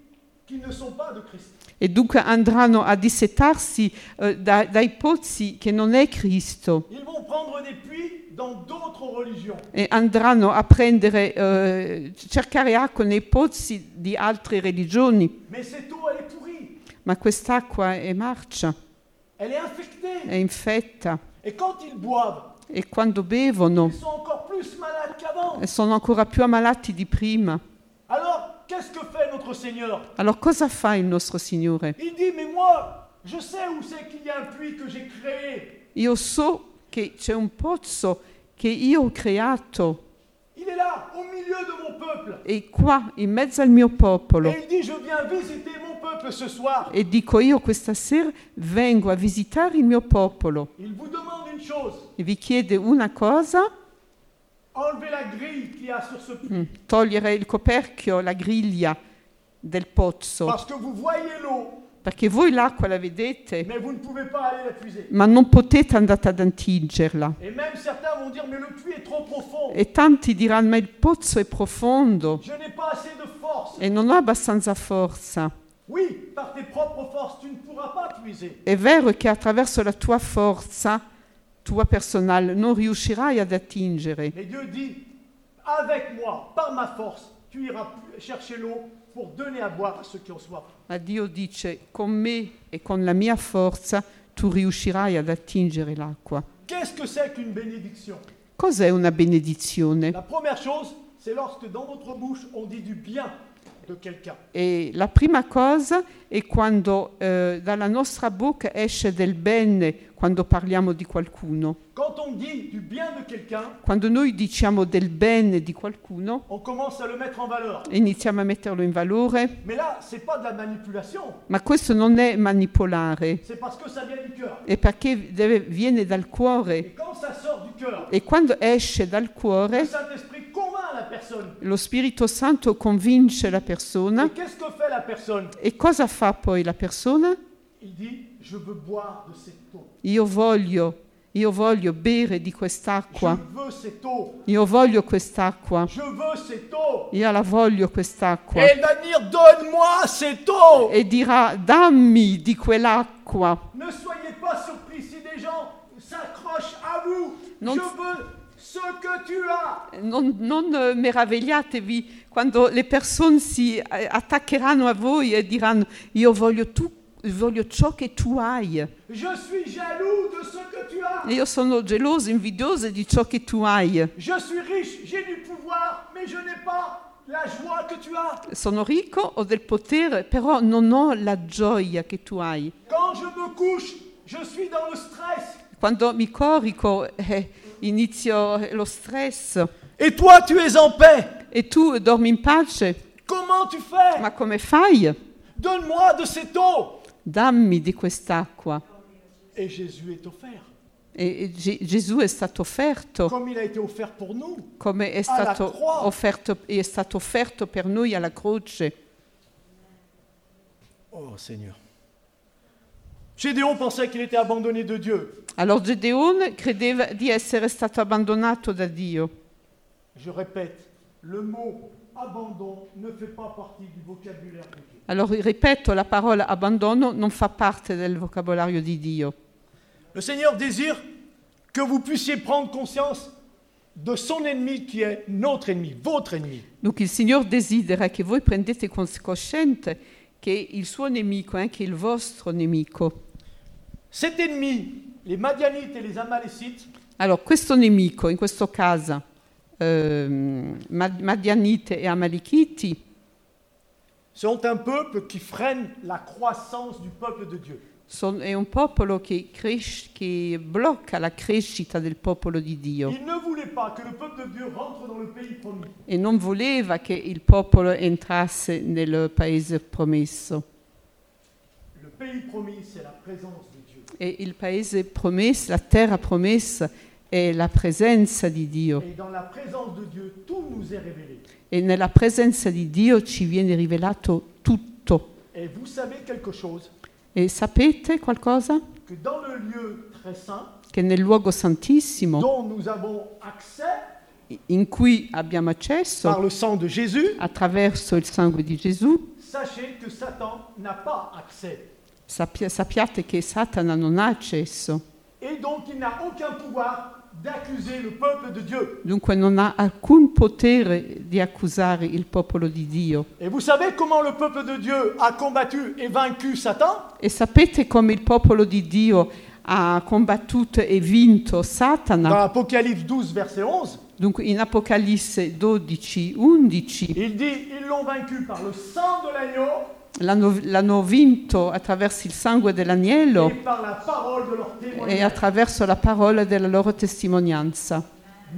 [SPEAKER 1] qui ne sont pas de Christ.
[SPEAKER 2] e dunque andranno a dissetarsi eh, da- dai pozzi che non è Cristo
[SPEAKER 1] Ils vont prendre des puits dans d'autres religions.
[SPEAKER 2] e andranno a prendere, eh, cercare acqua nei pozzi di altre religioni,
[SPEAKER 1] Mais cette eau, elle est pourrie.
[SPEAKER 2] ma quest'acqua è marcia,
[SPEAKER 1] Elle est infectée.
[SPEAKER 2] è infetta
[SPEAKER 1] Et quand ils boivent,
[SPEAKER 2] e quando bevono
[SPEAKER 1] ils sont encore plus malades qu'avant.
[SPEAKER 2] eh, sono ancora più ammalati di prima.
[SPEAKER 1] Alors, qu'est-ce que fait notre Seigneur
[SPEAKER 2] Allora cosa fa il nostro Signore?
[SPEAKER 1] Il dit, mais moi, je sais où c'est qu'il y a un puits que j'ai créé.
[SPEAKER 2] Io so che c'è un pozzo che io ho creato
[SPEAKER 1] Il est là, au milieu de mon peuple.
[SPEAKER 2] e qua in mezzo al mio popolo
[SPEAKER 1] Et il dit, je viens visiter mon peuple ce soir.
[SPEAKER 2] e dico io questa sera vengo a visitare il mio popolo
[SPEAKER 1] Il vous demande une chose,
[SPEAKER 2] e vi chiede una cosa,
[SPEAKER 1] enlevez la grille qu'il y a sur ce puits.
[SPEAKER 2] mm, togliere il coperchio, la griglia del pozzo,
[SPEAKER 1] Parce que vous voyez l'eau,
[SPEAKER 2] perché voi l'acqua la vedete
[SPEAKER 1] mais vous ne pouvez pas aller la puiser.
[SPEAKER 2] ma non potete andare ad attingerla.
[SPEAKER 1] Et même certains vont dire, mais le puits est trop profond.
[SPEAKER 2] E tanti diranno ma il pozzo è profondo
[SPEAKER 1] Je n'ai pas assez de force.
[SPEAKER 2] e non ho abbastanza forza.
[SPEAKER 1] Oui, par tes propres forces, tu ne pourras pas puiser.
[SPEAKER 2] È vero che attraverso la tua forza, tua personale, non riuscirai ad attingere,
[SPEAKER 1] Mais Dieu dit, avec moi, par ma force, tu iras pu- chercher l'eau pour donner à boire à ceux qui en soif.
[SPEAKER 2] ma Dio dice con me e con la mia forza tu riuscirai ad attingere l'acqua.
[SPEAKER 1] Qu'est-ce que c'est qu'une bénédiction
[SPEAKER 2] Cos'è una benedizione?
[SPEAKER 1] La première chose, c'est lorsque dans notre bouche, on dit du bien de quelqu'un.
[SPEAKER 2] E la prima cosa è quando eh, dalla nostra bocca esce del bene quando parliamo di qualcuno.
[SPEAKER 1] Quand on dit du bien de quelqu'un,
[SPEAKER 2] Quando noi diciamo del bene di qualcuno,
[SPEAKER 1] on commence à le mettre en valeur.
[SPEAKER 2] iniziamo a metterlo in valore,
[SPEAKER 1] Mais là, c'est pas de la manipulation,
[SPEAKER 2] ma questo non è manipolare,
[SPEAKER 1] c'est parce que ça vient du cœur.
[SPEAKER 2] è perché deve- viene dal cuore
[SPEAKER 1] Et quand ça sort du cœur,
[SPEAKER 2] e quando esce dal
[SPEAKER 1] le
[SPEAKER 2] cuore
[SPEAKER 1] Saint-Esprit convainc la personne.
[SPEAKER 2] lo Spirito Santo convince la persona
[SPEAKER 1] Et qu'est-ce que fait la personne
[SPEAKER 2] e cosa fa poi la persona?
[SPEAKER 1] Il dit Je veux boire de cette eau.
[SPEAKER 2] Io voglio, io voglio bere di
[SPEAKER 1] Je
[SPEAKER 2] quest'acqua,
[SPEAKER 1] veux cette eau.
[SPEAKER 2] io voglio quest'acqua,
[SPEAKER 1] Je veux cette eau.
[SPEAKER 2] io la voglio quest'acqua
[SPEAKER 1] Et elle va dire Donne-moi cette eau.
[SPEAKER 2] e dirà dammi di quell'acqua,
[SPEAKER 1] Ne soyez pas surpris si des gens s'accrochent à vous.
[SPEAKER 2] Non.
[SPEAKER 1] Je veux ce que tu as.
[SPEAKER 2] non, non, eh, meravigliatevi quando le persone si eh, attaccheranno a voi e diranno io voglio, tu, voglio ciò che tu hai.
[SPEAKER 1] Je suis jaloux de ce que tu as.
[SPEAKER 2] Io sono gelosa, invidiosa di ciò che tu hai.
[SPEAKER 1] Je suis riche, j'ai du pouvoir, mais je n'ai pas la joie que tu as.
[SPEAKER 2] Sono ricco, ho del potere, però non ho la gioia che tu hai.
[SPEAKER 1] Quand je me couche, je suis dans le stress.
[SPEAKER 2] Quando mi corico eh, inizio eh, lo stress
[SPEAKER 1] Et toi, tu es en paix.
[SPEAKER 2] e tu dormi in pace,
[SPEAKER 1] Comment tu fais
[SPEAKER 2] ma come fai?
[SPEAKER 1] Donne-moi de cette eau.
[SPEAKER 2] Dammi di quest'acqua.
[SPEAKER 1] Et Jésus est offert,
[SPEAKER 2] E e Ge- Gesù è stato offerto
[SPEAKER 1] comme il a été offert pour nous.
[SPEAKER 2] come è stato
[SPEAKER 1] croce.
[SPEAKER 2] offerto, è stato offerto per noi alla croce.
[SPEAKER 1] Oh Seigneur. Gédéon pensait qu'il était abandonné de Dieu.
[SPEAKER 2] Allora Gedeon credeva di essere stato abbandonato da Dio.
[SPEAKER 1] Je répète, le mot abandon ne fait pas partie du vocabulaire de Dieu.
[SPEAKER 2] Allora, ripeto, la parola abbandono non fa parte del vocabolario di Dio.
[SPEAKER 1] Le Seigneur désire que vous puissiez prendre conscience de son ennemi qui est notre ennemi, votre ennemi.
[SPEAKER 2] Dunque il Signore desidera che voi prendete cons- coscienza che il suo nemico è anche il vostro nemico.
[SPEAKER 1] Cet ennemi, les Madianites et les Amalécites,
[SPEAKER 2] Allora, questo nemico, in questo caso, ehm, Mad- Madianite e Amalichiti,
[SPEAKER 1] sont un peuple qui freine la croissance du peuple de Dieu.
[SPEAKER 2] son- è un popolo che, cres- che blocca la crescita del popolo di Dio
[SPEAKER 1] Il ne voulait pas que le peuple de Dieu rentre dans le pays promis.
[SPEAKER 2] e non voleva che il popolo entrasse nel paese promesso.
[SPEAKER 1] Le pays promis, c'est la présence de Dieu.
[SPEAKER 2] E il paese promesso, la terra promessa è la presenza di Dio
[SPEAKER 1] Et dans la présence de Dieu, tout nous est révélé.
[SPEAKER 2] e nella presenza di Dio ci viene rivelato tutto.
[SPEAKER 1] Et vous savez quelque chose
[SPEAKER 2] E sapete qualcosa?
[SPEAKER 1] Que dans le lieu très saint,
[SPEAKER 2] Che nel luogo santissimo
[SPEAKER 1] dont nous avons accès
[SPEAKER 2] in cui abbiamo accesso
[SPEAKER 1] par le sang de Jésus,
[SPEAKER 2] attraverso il sangue di Gesù,
[SPEAKER 1] sachez que Satan n'a pas accès.
[SPEAKER 2] Sappi- sappiate che Satana non ha accesso,
[SPEAKER 1] Et donc il n'a aucun pouvoir d'accuser le peuple de Dieu.
[SPEAKER 2] dunque non ha alcun potere di accusare il popolo di Dio.
[SPEAKER 1] Et vous savez comment le peuple de Dieu a combattu et vaincu Satan
[SPEAKER 2] E sapete come il popolo di Dio ha combattuto e vinto
[SPEAKER 1] Dans
[SPEAKER 2] Satana?
[SPEAKER 1] Apocalypse 12, verset 11,
[SPEAKER 2] Dunque in Apocalisse 12, 11
[SPEAKER 1] il dit, ils l'ont vaincu par le sang de l'agneau
[SPEAKER 2] l'hanno, l'hanno vinto attraverso il sangue
[SPEAKER 1] et
[SPEAKER 2] dell'agnello
[SPEAKER 1] par la parole de leur
[SPEAKER 2] e
[SPEAKER 1] témoignage.
[SPEAKER 2] attraverso la parola della loro testimonianza.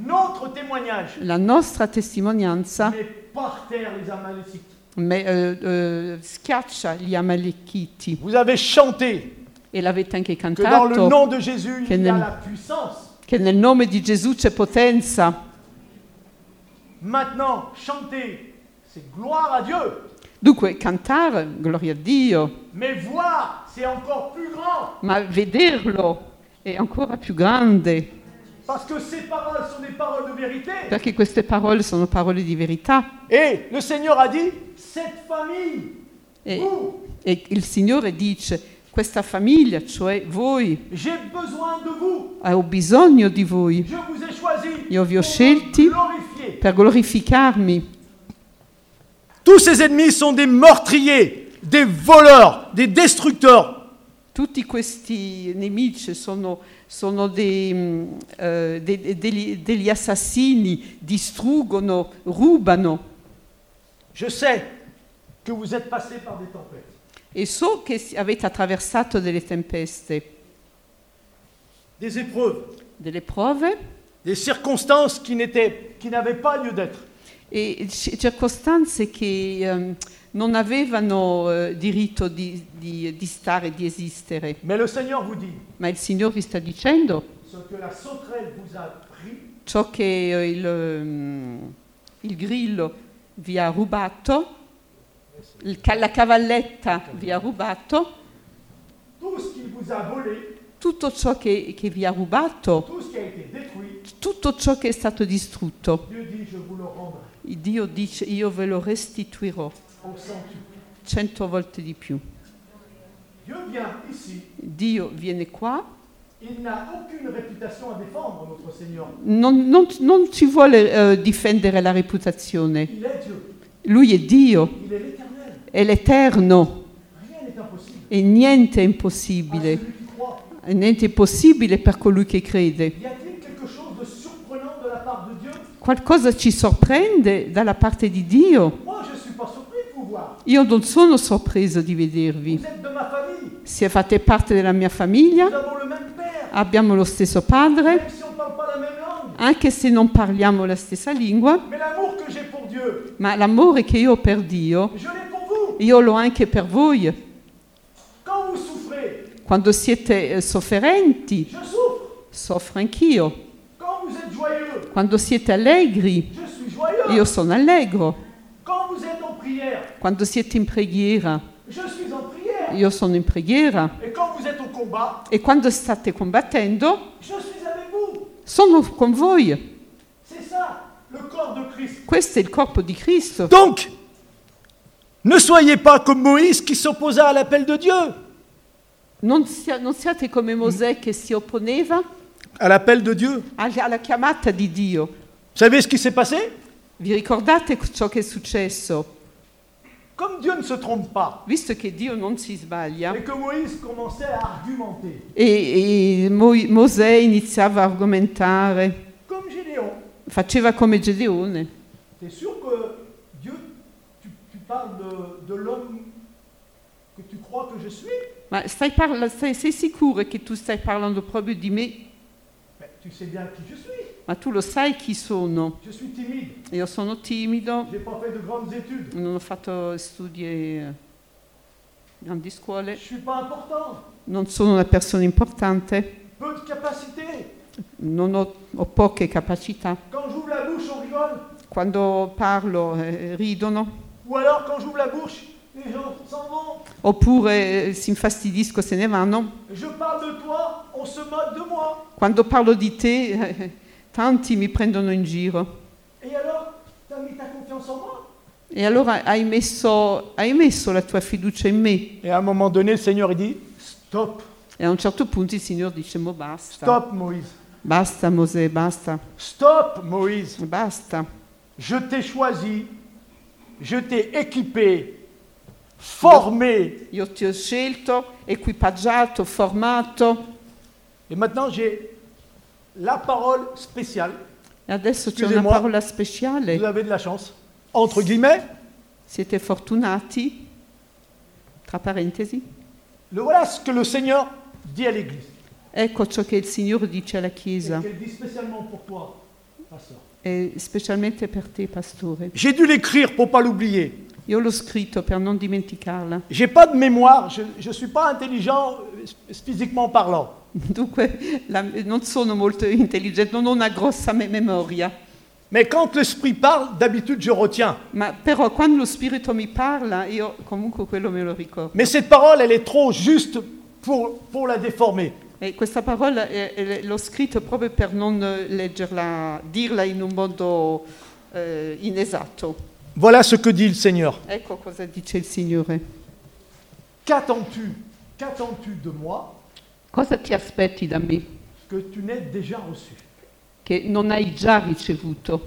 [SPEAKER 1] Notre témoignage
[SPEAKER 2] La nostra testimonianza
[SPEAKER 1] met par terre les Amalécites.
[SPEAKER 2] me- eh, eh, schiaccia gli Amalekiti
[SPEAKER 1] Vous avez chanté
[SPEAKER 2] e l'avete anche
[SPEAKER 1] que dans le
[SPEAKER 2] cantato
[SPEAKER 1] nom de Jésus,
[SPEAKER 2] Che
[SPEAKER 1] il y a
[SPEAKER 2] nel-
[SPEAKER 1] la puissance.
[SPEAKER 2] che nel nome di Gesù c'è potenza.
[SPEAKER 1] Maintenant, chanter, c'est gloire à Dieu.
[SPEAKER 2] Dunque cantare, gloria a Dio,
[SPEAKER 1] Mais voir, c'est encore plus grand.
[SPEAKER 2] ma vederlo è ancora più grande,
[SPEAKER 1] Parce que ces paroles sont des paroles de vérité.
[SPEAKER 2] perché queste parole sono parole di verità.
[SPEAKER 1] Et le Seigneur a dit, cette famille,
[SPEAKER 2] E,
[SPEAKER 1] vous,
[SPEAKER 2] e il Signore dice, questa famiglia, cioè voi,
[SPEAKER 1] j'ai besoin de vous.
[SPEAKER 2] eh, ho bisogno di voi
[SPEAKER 1] Je vous ai choisi.
[SPEAKER 2] Io vi ho
[SPEAKER 1] pour
[SPEAKER 2] scelti.
[SPEAKER 1] vous glorifier.
[SPEAKER 2] per glorificarmi.
[SPEAKER 1] Tous ces ennemis sont des meurtriers, des voleurs, des destructeurs.
[SPEAKER 2] Tutti questi nemici sono, sono dei, mm, eh, de- degli, degli assassini, distruggono, rubano.
[SPEAKER 1] Je sais que vous êtes passés par des tempêtes.
[SPEAKER 2] E so che si- avete attraversato delle tempeste,
[SPEAKER 1] des épreuves,
[SPEAKER 2] delle prove
[SPEAKER 1] des circonstances qui n'étaient, qui n'avaient pas lieu d'être.
[SPEAKER 2] e c- circostanze che ehm, non avevano eh, diritto di, di- di stare, di esistere.
[SPEAKER 1] Mais le Seigneur vous dit,
[SPEAKER 2] Ma il Signore vi sta dicendo
[SPEAKER 1] ce que la sauterelle vous a pris,
[SPEAKER 2] ciò che eh, il, ehm, il grillo vi ha rubato, il ca- la cavalletta vi ha rubato,
[SPEAKER 1] tout ce qu'il vous a volé,
[SPEAKER 2] tutto ciò che, che vi ha rubato,
[SPEAKER 1] tout ce qui a été détruit,
[SPEAKER 2] tutto ciò che è stato distrutto.
[SPEAKER 1] Dieu dit, je vous le rendrai
[SPEAKER 2] Dio dice io ve lo restituirò
[SPEAKER 1] au centuple.
[SPEAKER 2] cento volte di più.
[SPEAKER 1] Dieu vient ici,
[SPEAKER 2] Dio viene qua
[SPEAKER 1] il n'a aucune réputation à défendre, notre Seigneur.
[SPEAKER 2] Non, non- non ci vuole eh, difendere la reputazione.
[SPEAKER 1] Il est Dieu,
[SPEAKER 2] Lui è Dio,
[SPEAKER 1] il est l'éternel,
[SPEAKER 2] è l'Eterno
[SPEAKER 1] rien n'est impossible.
[SPEAKER 2] e niente è
[SPEAKER 1] À
[SPEAKER 2] impossibile.
[SPEAKER 1] celui qui croit,
[SPEAKER 2] E Niente è possibile per colui che crede.
[SPEAKER 1] y a-t-il quelque chose de surprenant de la part de Dieu
[SPEAKER 2] Qualcosa ci sorprende dalla parte di Dio.
[SPEAKER 1] Moi, je ne suis pas surpris de vous voir.
[SPEAKER 2] Io non sono sorpreso di vedervi.
[SPEAKER 1] Vous êtes de ma famille,
[SPEAKER 2] Se fate parte della mia
[SPEAKER 1] nous
[SPEAKER 2] famiglia,
[SPEAKER 1] avons le même Père.
[SPEAKER 2] abbiamo lo stesso padre,
[SPEAKER 1] Même si on ne parle pas la même langue,
[SPEAKER 2] anche se non parliamo la stessa lingua,
[SPEAKER 1] mais l'amour que j'ai pour Dieu,
[SPEAKER 2] ma l'amore che io ho per Dio,
[SPEAKER 1] je l'ai pour vous.
[SPEAKER 2] io l'ho anche per voi.
[SPEAKER 1] Quand vous souffrez,
[SPEAKER 2] Quando siete eh, sofferenti,
[SPEAKER 1] je souffre.
[SPEAKER 2] soffro anch'io.
[SPEAKER 1] Quand vous êtes joyeux,
[SPEAKER 2] Quando siete allegri,
[SPEAKER 1] je suis joyeux.
[SPEAKER 2] io sono allegro.
[SPEAKER 1] Quand vous êtes en prière,
[SPEAKER 2] Quando siete in preghiera,
[SPEAKER 1] je suis en prière.
[SPEAKER 2] io sono in preghiera.
[SPEAKER 1] Et quand vous êtes au combat,
[SPEAKER 2] E quando state combattendo,
[SPEAKER 1] je suis avec vous.
[SPEAKER 2] sono con voi.
[SPEAKER 1] C'est ça, le corps de Christ.
[SPEAKER 2] Questo è il corpo di Cristo.
[SPEAKER 1] Donc, ne soyez pas comme Moïse qui s'opposa à l'appel de Dieu.
[SPEAKER 2] Non, sia- non siate come Mosè che si opponeva
[SPEAKER 1] À l'appel de Dieu.
[SPEAKER 2] al- alla chiamata di Dio.
[SPEAKER 1] Vous savez ce qui s'est passé
[SPEAKER 2] Vi ricordate ciò che è successo?
[SPEAKER 1] Comme Dieu ne se trompe pas,
[SPEAKER 2] Visto che Dio non si sbaglia
[SPEAKER 1] et que Moïse commençait à argumenter,
[SPEAKER 2] e, e Mo- Mosè iniziava a argomentare,
[SPEAKER 1] comme Gédéon,
[SPEAKER 2] faceva come Gedeone.
[SPEAKER 1] T'es sûr que Dieu, tu, tu parles de, de l'homme que tu crois que je suis
[SPEAKER 2] Ma stai parla- stai- sei sicuro che tu stai parlando proprio di me?
[SPEAKER 1] Mais Ben, Tu sais bien qui je suis.
[SPEAKER 2] Ma tu lo sai chi sono?
[SPEAKER 1] Je suis timide.
[SPEAKER 2] Io sono timido,
[SPEAKER 1] J'ai pas fait de grandes études.
[SPEAKER 2] non ho fatto studi eh, grandi
[SPEAKER 1] Je
[SPEAKER 2] scuole,
[SPEAKER 1] suis pas important.
[SPEAKER 2] non sono una persona importante,
[SPEAKER 1] Peu de capacité.
[SPEAKER 2] non ho, ho poche capacità.
[SPEAKER 1] Quand j'ouvre la bouche, on rigole.
[SPEAKER 2] Quando parlo eh, ridono,
[SPEAKER 1] Ou alors, quand j'ouvre la bouche, les gens s'en vont.
[SPEAKER 2] oppure eh, si infastidisco se ne vanno.
[SPEAKER 1] Je parle de toi, on se moque de moi.
[SPEAKER 2] Quando parlo di te, eh, tanti mi prendono in giro.
[SPEAKER 1] Et alors, t'as mis ta confiance en moi
[SPEAKER 2] E allora hai messo, hai messo la tua fiducia in me.
[SPEAKER 1] Et à un moment donné, le Seigneur il dit Stop,
[SPEAKER 2] E a un certo punto il Signore dice, mo basta.
[SPEAKER 1] stop Moïse,
[SPEAKER 2] Basta Mosè, basta,
[SPEAKER 1] stop Moïse,
[SPEAKER 2] basta.
[SPEAKER 1] je t'ai choisi, je t'ai équipé, formé,
[SPEAKER 2] Io ti ho scelto, equipaggiato, formato
[SPEAKER 1] et maintenant j'ai la parole spéciale.
[SPEAKER 2] e adesso c'è una
[SPEAKER 1] Scusi, ma-
[SPEAKER 2] parola
[SPEAKER 1] Vous
[SPEAKER 2] speciale.
[SPEAKER 1] avez de la chance, entre guillemets,
[SPEAKER 2] Siete fortunati, tra parentesi.
[SPEAKER 1] le voilà ce que le Seigneur dit à l'Église.
[SPEAKER 2] Ecco ciò che il Signore dice alla
[SPEAKER 1] Et
[SPEAKER 2] Chiesa,
[SPEAKER 1] qu'elle dit spécialement pour toi, pasteur.
[SPEAKER 2] e specialmente per te, pastore.
[SPEAKER 1] J'ai dû l'écrire pour pas l'oublier.
[SPEAKER 2] Io l'ho scritto per non dimenticarla.
[SPEAKER 1] J'ai pas de mémoire, je ne suis pas intelligent euh, s- physiquement parlant.
[SPEAKER 2] Dunque, la- non sono molto intelligente, non ho una grossa me- memoria.
[SPEAKER 1] Mais quand l'esprit parle, d'habitude je retiens.
[SPEAKER 2] Ma però quando lo Spirito mi parla, io comunque quello me lo ricordo.
[SPEAKER 1] Mais cette parole, elle est trop juste pour, pour la déformer.
[SPEAKER 2] E questa parola eh, eh, l'ho scritta proprio per non eh, leggerla, dirla in un modo eh, inesatto.
[SPEAKER 1] Voilà ce que dit le Seigneur.
[SPEAKER 2] Ecco cosa dice il Signore.
[SPEAKER 1] Qu'attends-tu Qu'attends-tu de moi
[SPEAKER 2] Cosa ti aspetti da me
[SPEAKER 1] que tu n'aies déjà reçu
[SPEAKER 2] che non hai già ricevuto?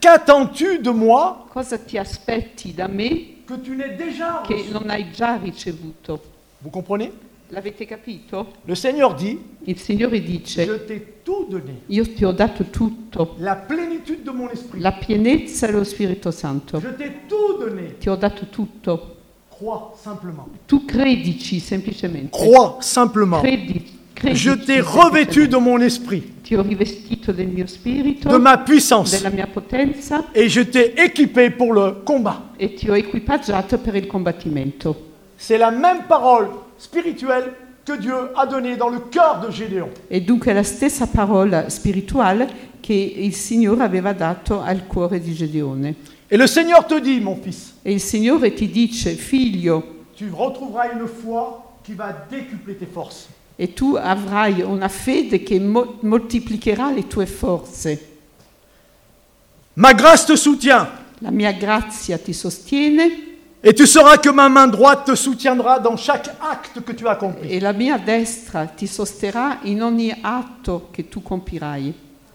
[SPEAKER 1] Qu'attends-tu de moi
[SPEAKER 2] Cosa ti aspetti da me
[SPEAKER 1] que tu n'aies déjà
[SPEAKER 2] che
[SPEAKER 1] reçu
[SPEAKER 2] non hai già ricevuto?
[SPEAKER 1] Vous comprenez
[SPEAKER 2] L'avete capito?
[SPEAKER 1] Le Seigneur dit,
[SPEAKER 2] Il Signore
[SPEAKER 1] je
[SPEAKER 2] dice,
[SPEAKER 1] t'ai tout donné,
[SPEAKER 2] io ti ho dato tutto,
[SPEAKER 1] la plénitude de mon esprit.
[SPEAKER 2] la pienezza dello Spirito Santo,
[SPEAKER 1] Je t'ai tout donné.
[SPEAKER 2] ti ho dato tutto.
[SPEAKER 1] Crois simplement.
[SPEAKER 2] Tu credici semplicemente.
[SPEAKER 1] Crois simplement.
[SPEAKER 2] Credi, credici
[SPEAKER 1] <laughs> Je t'ai
[SPEAKER 2] semplicemente.
[SPEAKER 1] revêtu de mon esprit,
[SPEAKER 2] Ti ho rivestito del mio spirito,
[SPEAKER 1] de ma puissance,
[SPEAKER 2] della mia potenza
[SPEAKER 1] et je t'ai équipé pour le combat.
[SPEAKER 2] e ti ho equipaggiato per il combattimento.
[SPEAKER 1] C'est la même parole spirituelle que Dieu a donnée dans le cœur de Gédéon.
[SPEAKER 2] E dunque è la stessa parola spirituale che il Signore aveva dato al cuore di Gedeone.
[SPEAKER 1] Et le Seigneur te dit, mon fils,
[SPEAKER 2] E il Signore ti dice, figlio,
[SPEAKER 1] tu retrouveras une foi qui va décupler tes forces.
[SPEAKER 2] e tu avrai una fede che mo- moltiplicherà le tue forze.
[SPEAKER 1] Ma grâce te soutient,
[SPEAKER 2] La mia grazia ti sostiene
[SPEAKER 1] et tu sauras que ma main droite te soutiendra dans chaque acte que tu accomplis.
[SPEAKER 2] e la mia destra ti sosterrà in ogni atto che tu compirai.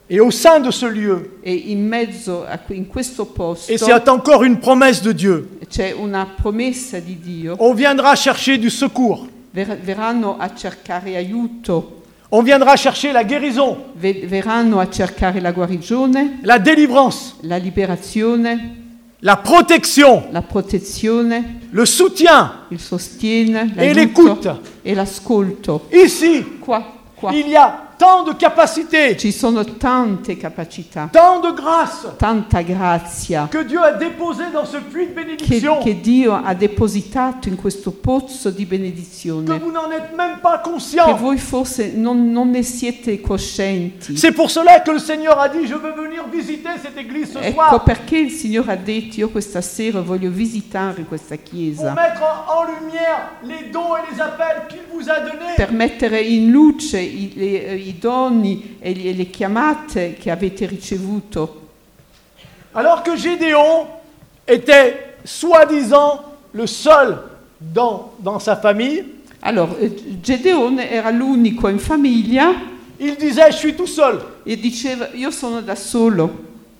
[SPEAKER 1] Et au sein de ce lieu,
[SPEAKER 2] E in mezzo a que- in questo posto
[SPEAKER 1] et c'est encore une promesse de Dieu,
[SPEAKER 2] c'è una promessa di Dio.
[SPEAKER 1] on viendra chercher du secours,
[SPEAKER 2] Ver- verranno a cercare aiuto,
[SPEAKER 1] on viendra chercher la guérison,
[SPEAKER 2] ve- verranno a cercare la guarigione,
[SPEAKER 1] la délivrance,
[SPEAKER 2] la liberazione,
[SPEAKER 1] la protection,
[SPEAKER 2] la protezione,
[SPEAKER 1] le soutien.
[SPEAKER 2] il sostegno,
[SPEAKER 1] E
[SPEAKER 2] l'aiuto
[SPEAKER 1] l'écoute.
[SPEAKER 2] e l'ascolto.
[SPEAKER 1] Ici,
[SPEAKER 2] Qua, qua
[SPEAKER 1] il y a tant de capacités,
[SPEAKER 2] ci sono tante capacità,
[SPEAKER 1] tant de grâces
[SPEAKER 2] tanta grazia
[SPEAKER 1] que Dieu a déposées dans ce puits de
[SPEAKER 2] che,
[SPEAKER 1] bénédiction
[SPEAKER 2] che Dio ha depositato in questo pozzo di
[SPEAKER 1] que
[SPEAKER 2] benedizione.
[SPEAKER 1] vous n'en êtes même pas
[SPEAKER 2] Che
[SPEAKER 1] conscient.
[SPEAKER 2] voi forse non, non ne siete coscienti.
[SPEAKER 1] C'est pour cela que le Seigneur a dit, je veux venir visiter cette église ce
[SPEAKER 2] Ecco
[SPEAKER 1] soir
[SPEAKER 2] perché il Signore ha detto io questa sera voglio visitare questa
[SPEAKER 1] pour
[SPEAKER 2] chiesa
[SPEAKER 1] mettre en lumière les dons et les appels qu'il vous a donnés.
[SPEAKER 2] per mettere in luce i, le- eh, i doni e le, le chiamate che avete ricevuto.
[SPEAKER 1] Alors que Gédéon était soi-disant le seul dans, dans sa famille,
[SPEAKER 2] Allora, eh, Gedeone era l'unico in famiglia
[SPEAKER 1] il disait, je suis tout seul.
[SPEAKER 2] e diceva io sono da solo,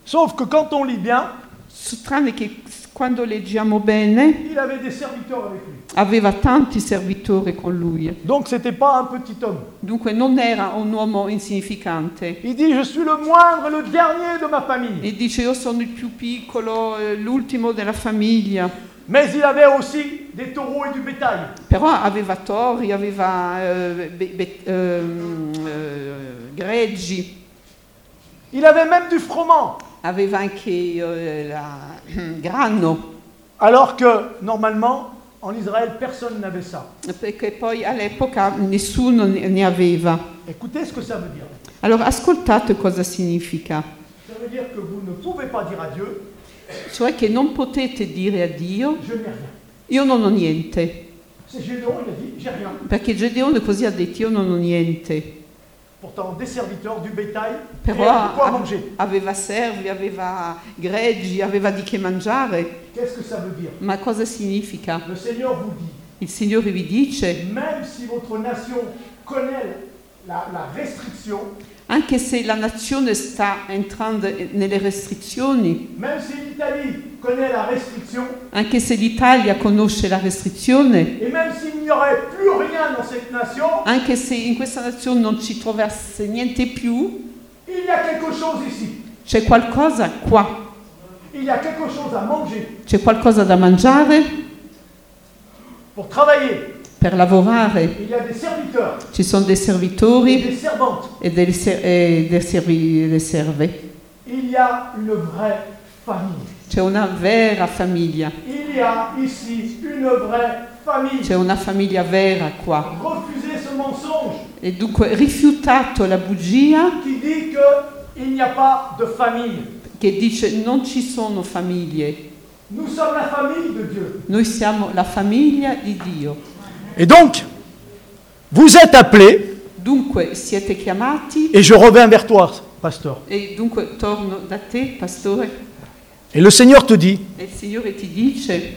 [SPEAKER 1] Sauf que quand on lit bien,
[SPEAKER 2] S- tranne che quando leggiamo bene
[SPEAKER 1] il avait des serviteurs avec lui.
[SPEAKER 2] aveva tanti servitori con lui,
[SPEAKER 1] Donc c'était pas un petit homme.
[SPEAKER 2] dunque non era un uomo insignificante.
[SPEAKER 1] Il dit je suis le moindre, le dernier de ma famille.
[SPEAKER 2] E dice io sono il più piccolo, eh, l'ultimo della famiglia.
[SPEAKER 1] Mais il avait aussi des taureaux et du bétail.
[SPEAKER 2] Però aveva tori, aveva eh, be- be- ehm, eh, greggi,
[SPEAKER 1] Il avait même du froment.
[SPEAKER 2] aveva anche eh, la- <clears throat> grano,
[SPEAKER 1] Alors que normalement en Israël personne n'avait ça.
[SPEAKER 2] perché poi all'epoca nessuno ne ne aveva.
[SPEAKER 1] Écoutez ce que ça veut dire.
[SPEAKER 2] Allora ascoltate cosa significa,
[SPEAKER 1] Ça veut dire que vous ne pouvez pas dire à Dieu
[SPEAKER 2] cioè che non potete dire a Dio
[SPEAKER 1] je n'ai rien.
[SPEAKER 2] io non ho niente,
[SPEAKER 1] C'est Gédéon, il a dit j'ai rien.
[SPEAKER 2] perché Gedeone così ha detto io non ho niente.
[SPEAKER 1] pourtant des serviteurs du bétail,
[SPEAKER 2] Però
[SPEAKER 1] et de quoi
[SPEAKER 2] a-
[SPEAKER 1] manger.
[SPEAKER 2] aveva servi, aveva greggi, aveva di che mangiare.
[SPEAKER 1] Qu'est-ce que ça veut dire
[SPEAKER 2] Ma cosa significa?
[SPEAKER 1] Le Seigneur vous dit,
[SPEAKER 2] Il Signore vi dice,
[SPEAKER 1] même si votre nation connaît la, la restriction,
[SPEAKER 2] anche se la nazione sta entrando nelle restrizioni,
[SPEAKER 1] même si l'Italie connaît la restriction,
[SPEAKER 2] anche se l'Italia conosce la restrizione,
[SPEAKER 1] et même s'il n'y aurait plus rien dans cette nation,
[SPEAKER 2] anche se in questa nazione non ci trovasse niente più,
[SPEAKER 1] il y a quelque chose ici.
[SPEAKER 2] c'è qualcosa qua,
[SPEAKER 1] Il y a quelque chose à manger
[SPEAKER 2] c'è qualcosa da mangiare
[SPEAKER 1] pour travailler.
[SPEAKER 2] per lavorare,
[SPEAKER 1] Il y a des serviteurs
[SPEAKER 2] ci sono dei
[SPEAKER 1] et
[SPEAKER 2] servitori
[SPEAKER 1] des servantes.
[SPEAKER 2] e delle, ser- e dei servi- delle serve.
[SPEAKER 1] Il y a une vraie famille.
[SPEAKER 2] C'è una vera famiglia,
[SPEAKER 1] Il y a ici une vraie famille.
[SPEAKER 2] c'è una famiglia vera qua.
[SPEAKER 1] Refusez ce mensonge
[SPEAKER 2] E dunque rifiutato la bugia
[SPEAKER 1] qui dit qu'il n'y a pas de famille.
[SPEAKER 2] che dice non ci sono famiglie,
[SPEAKER 1] Nous sommes la famille de Dieu.
[SPEAKER 2] noi siamo la famiglia di Dio.
[SPEAKER 1] Et donc, vous êtes appelés,
[SPEAKER 2] Dunque siete chiamati
[SPEAKER 1] et je reviens vers toi, pasteur.
[SPEAKER 2] e dunque torno da te, pastore,
[SPEAKER 1] Et le Seigneur te dit,
[SPEAKER 2] e il Signore ti dice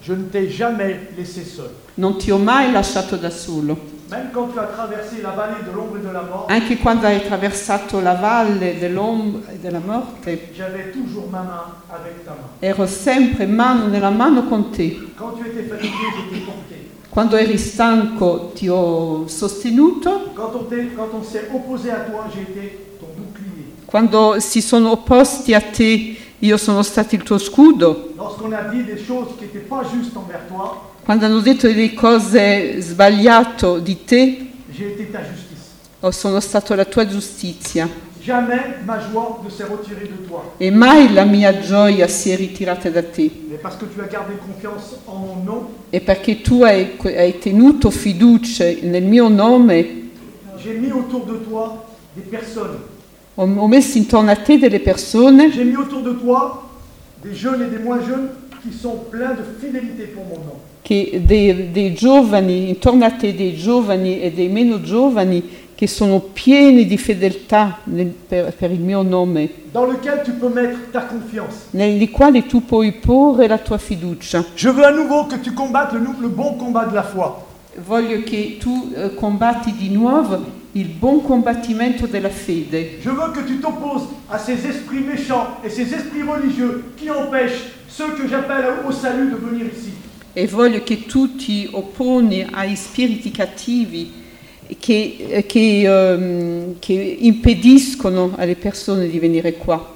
[SPEAKER 1] je ne t'ai jamais laissé seul.
[SPEAKER 2] Non ti ho mai lasciato da solo.
[SPEAKER 1] Même quand tu as traversé la vallée de l'ombre et de la mort,
[SPEAKER 2] Anche quando hai attraversato la valle dell'ombra e della morte,
[SPEAKER 1] j'avais toujours ma main avec ta main.
[SPEAKER 2] ero sempre mano nella mano con te.
[SPEAKER 1] Quand tu étais fatigué, je t'ai porté.
[SPEAKER 2] Quando eri stanco ti ho sostenuto,
[SPEAKER 1] Quand on, t'est- quand on s'est opposé à toi, j'ai été ton bouclier.
[SPEAKER 2] quando si sono opposti a te io sono stato il tuo scudo.
[SPEAKER 1] Lorsqu'on a dit des choses qui n'étaient pas justes envers toi,
[SPEAKER 2] Quando hanno detto delle cose sbagliate di te,
[SPEAKER 1] j'ai été ta justice.
[SPEAKER 2] oh, sono stato la tua giustizia
[SPEAKER 1] Jamais ma joie ne s'est retirée de toi.
[SPEAKER 2] e mai la mia gioia si è ritirata da te.
[SPEAKER 1] Mais parce que tu as gardé confiance en mon nom,
[SPEAKER 2] E perché tu hai- hai tenuto fiducia nel mio nome
[SPEAKER 1] j'ai mis autour de toi des personnes.
[SPEAKER 2] Ho, ho messo intorno a te delle persone,
[SPEAKER 1] J'ai mis autour de toi des jeunes et des moins jeunes qui sont pleins de fidélité pour mon nom.
[SPEAKER 2] che- dei, dei giovani, intorno a te dei giovani e dei meno giovani che sono pieni di fedeltà nel- per, per il mio nome,
[SPEAKER 1] dans lequel tu peux mettre ta confiance.
[SPEAKER 2] nei quali tu puoi porre la tua fiducia.
[SPEAKER 1] Je veux à nouveau que tu combattes le, nou- le bon combat de la foi.
[SPEAKER 2] Voglio che tu eh, combatti di nuovo il buon combattimento della fede.
[SPEAKER 1] Je veux que tu t'opposes à ces esprits méchants et ces esprits religieux qui empêchent ceux que j'appelle au salut de venir ici.
[SPEAKER 2] E voglio che tu ti opponi ai spiriti cattivi che, eh, che, ehm, che impediscono alle persone di venire qua.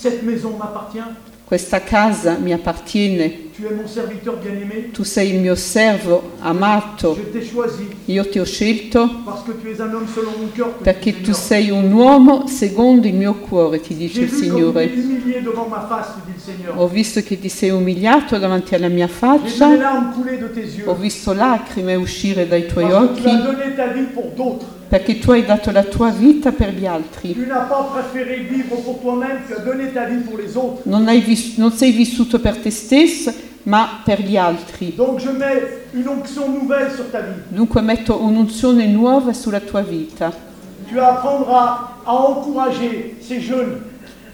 [SPEAKER 1] Cette maison m'appartient,
[SPEAKER 2] Questa casa mi appartiene,
[SPEAKER 1] tu es mon serviteur bien-aimé,
[SPEAKER 2] tu sei il mio servo
[SPEAKER 1] je
[SPEAKER 2] amato,
[SPEAKER 1] t'ai choisi
[SPEAKER 2] io ti ho scelto
[SPEAKER 1] parce que tu es un homme selon mon cœur. te dit
[SPEAKER 2] perché
[SPEAKER 1] le
[SPEAKER 2] tu
[SPEAKER 1] Seigneur.
[SPEAKER 2] sei un uomo secondo il mio cuore, ti dice
[SPEAKER 1] J'ai
[SPEAKER 2] il
[SPEAKER 1] vu comme tu t'es
[SPEAKER 2] Signore.
[SPEAKER 1] humilié devant ma face, te dit le Seigneur.
[SPEAKER 2] Ho visto che ti sei umiliato davanti alla mia
[SPEAKER 1] J'ai vu les
[SPEAKER 2] faccia,
[SPEAKER 1] larmes couler de tes yeux.
[SPEAKER 2] ho visto lacrime uscire dai tuoi
[SPEAKER 1] Parce que tu as
[SPEAKER 2] occhi,
[SPEAKER 1] donné ta vie pour d'autres.
[SPEAKER 2] perché tu hai dato la tua vita per gli altri.
[SPEAKER 1] Tu n'as pas préféré vivre pour toi-même, tu as donné ta vie pour les autres.
[SPEAKER 2] Non, hai vis- non sei vissuto per te stesso, ma per gli altri.
[SPEAKER 1] Donc je mets une onction nouvelle sur ta vie.
[SPEAKER 2] Dunque metto un'unzione nuova sulla tua vita.
[SPEAKER 1] Tu apprendras à encourager ces jeunes,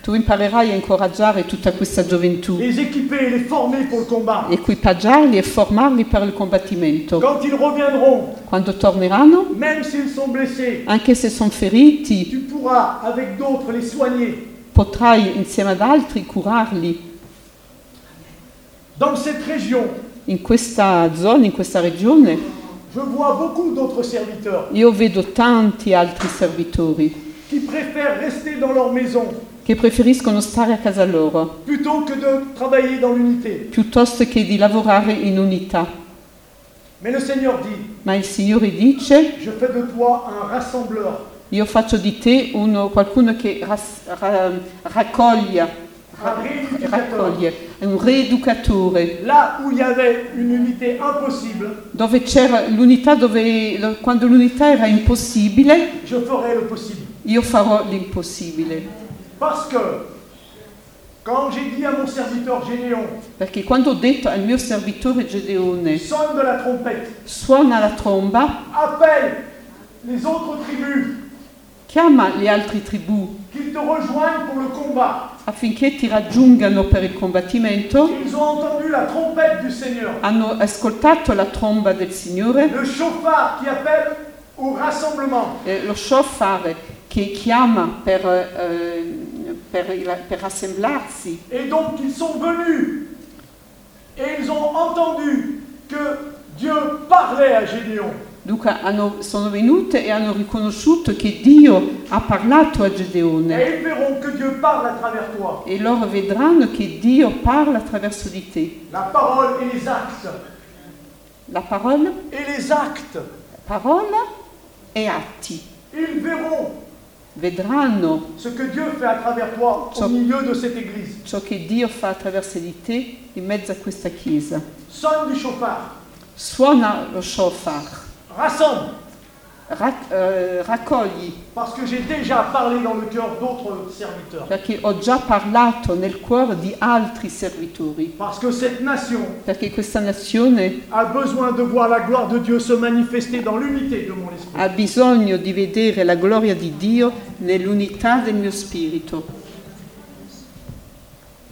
[SPEAKER 2] Tu imparerai a incoraggiare tutta questa gioventù.
[SPEAKER 1] les équiper, les former pour le combat.
[SPEAKER 2] equipaggiarli e formarli per il combattimento.
[SPEAKER 1] Quand ils reviendront,
[SPEAKER 2] Quando torneranno,
[SPEAKER 1] même s'ils sont blessés,
[SPEAKER 2] anche se sono feriti,
[SPEAKER 1] tu pourras avec d'autres les soigner.
[SPEAKER 2] potrai insieme ad altri curarli.
[SPEAKER 1] Dans cette région,
[SPEAKER 2] In questa zona, in questa regione,
[SPEAKER 1] je vois beaucoup d'autres serviteurs
[SPEAKER 2] io vedo tanti altri servitori
[SPEAKER 1] qui préfèrent rester dans leur maison
[SPEAKER 2] che preferiscono stare a casa loro
[SPEAKER 1] plutôt que de travailler dans l'unité.
[SPEAKER 2] piuttosto che di lavorare in unità.
[SPEAKER 1] Mais le Seigneur dit,
[SPEAKER 2] Ma il Signore dice,
[SPEAKER 1] je fais de toi un rassembleur,
[SPEAKER 2] io faccio di te uno- qualcuno che ras- ra- raccoglia,
[SPEAKER 1] un réunificateur.
[SPEAKER 2] raccoglie, è un reeducatore.
[SPEAKER 1] Là où il y avait une unité impossible,
[SPEAKER 2] dove c'era l'unità, dove, lo- quando l'unità era impossibile,
[SPEAKER 1] je ferai le possible.
[SPEAKER 2] io farò l'impossibile.
[SPEAKER 1] Parce que quand j'ai dit à mon serviteur Gédéon,
[SPEAKER 2] Perché quando ho detto al mio servitore Gedeone,
[SPEAKER 1] sonne de la trompette,
[SPEAKER 2] suona la tromba,
[SPEAKER 1] appelle les autres tribus
[SPEAKER 2] Chiama le altre tribù
[SPEAKER 1] qu'ils te rejoignent pour le combat.
[SPEAKER 2] affinché ti raggiungano per il combattimento.
[SPEAKER 1] Ils ont entendu la trompette du Seigneur,
[SPEAKER 2] Hanno ascoltato la tromba del Signore,
[SPEAKER 1] le chauffard qui appelle au rassemblement.
[SPEAKER 2] eh, lo shofar che chiama per, eh, per il- per assemblarsi.
[SPEAKER 1] Et donc ils sont venus et ils ont entendu que Dieu parlait à Gédéon.
[SPEAKER 2] Dunque hanno- sono venute e hanno riconosciuto che Dio ha parlato a Gedeone.
[SPEAKER 1] Et ils verront que Dieu parle à travers toi.
[SPEAKER 2] e loro vedranno che Dio parla attraverso di te.
[SPEAKER 1] La parole et les actes.
[SPEAKER 2] La parola,
[SPEAKER 1] Et les actes.
[SPEAKER 2] parola e atti.
[SPEAKER 1] Ils verront
[SPEAKER 2] Vedranno
[SPEAKER 1] ce que Dieu fait à travers toi au
[SPEAKER 2] Ça-
[SPEAKER 1] milieu de cette église.
[SPEAKER 2] ciò che Dio fa attraverso di te in mezzo a questa chiesa.
[SPEAKER 1] Sonne du chauffard.
[SPEAKER 2] Suona lo shofar,
[SPEAKER 1] Rassemble.
[SPEAKER 2] rac- eh, raccogli,
[SPEAKER 1] Parce que j'ai déjà parlé dans le cœur d'autres serviteurs.
[SPEAKER 2] perché ho già parlato nel cuore di altri servitori,
[SPEAKER 1] Parce que cette nation
[SPEAKER 2] perché questa nazione
[SPEAKER 1] a besoin de voir la gloire de Dieu se manifester dans l'unité de mon esprit.
[SPEAKER 2] ha bisogno di vedere la gloria di Dio nell'unità del mio spirito.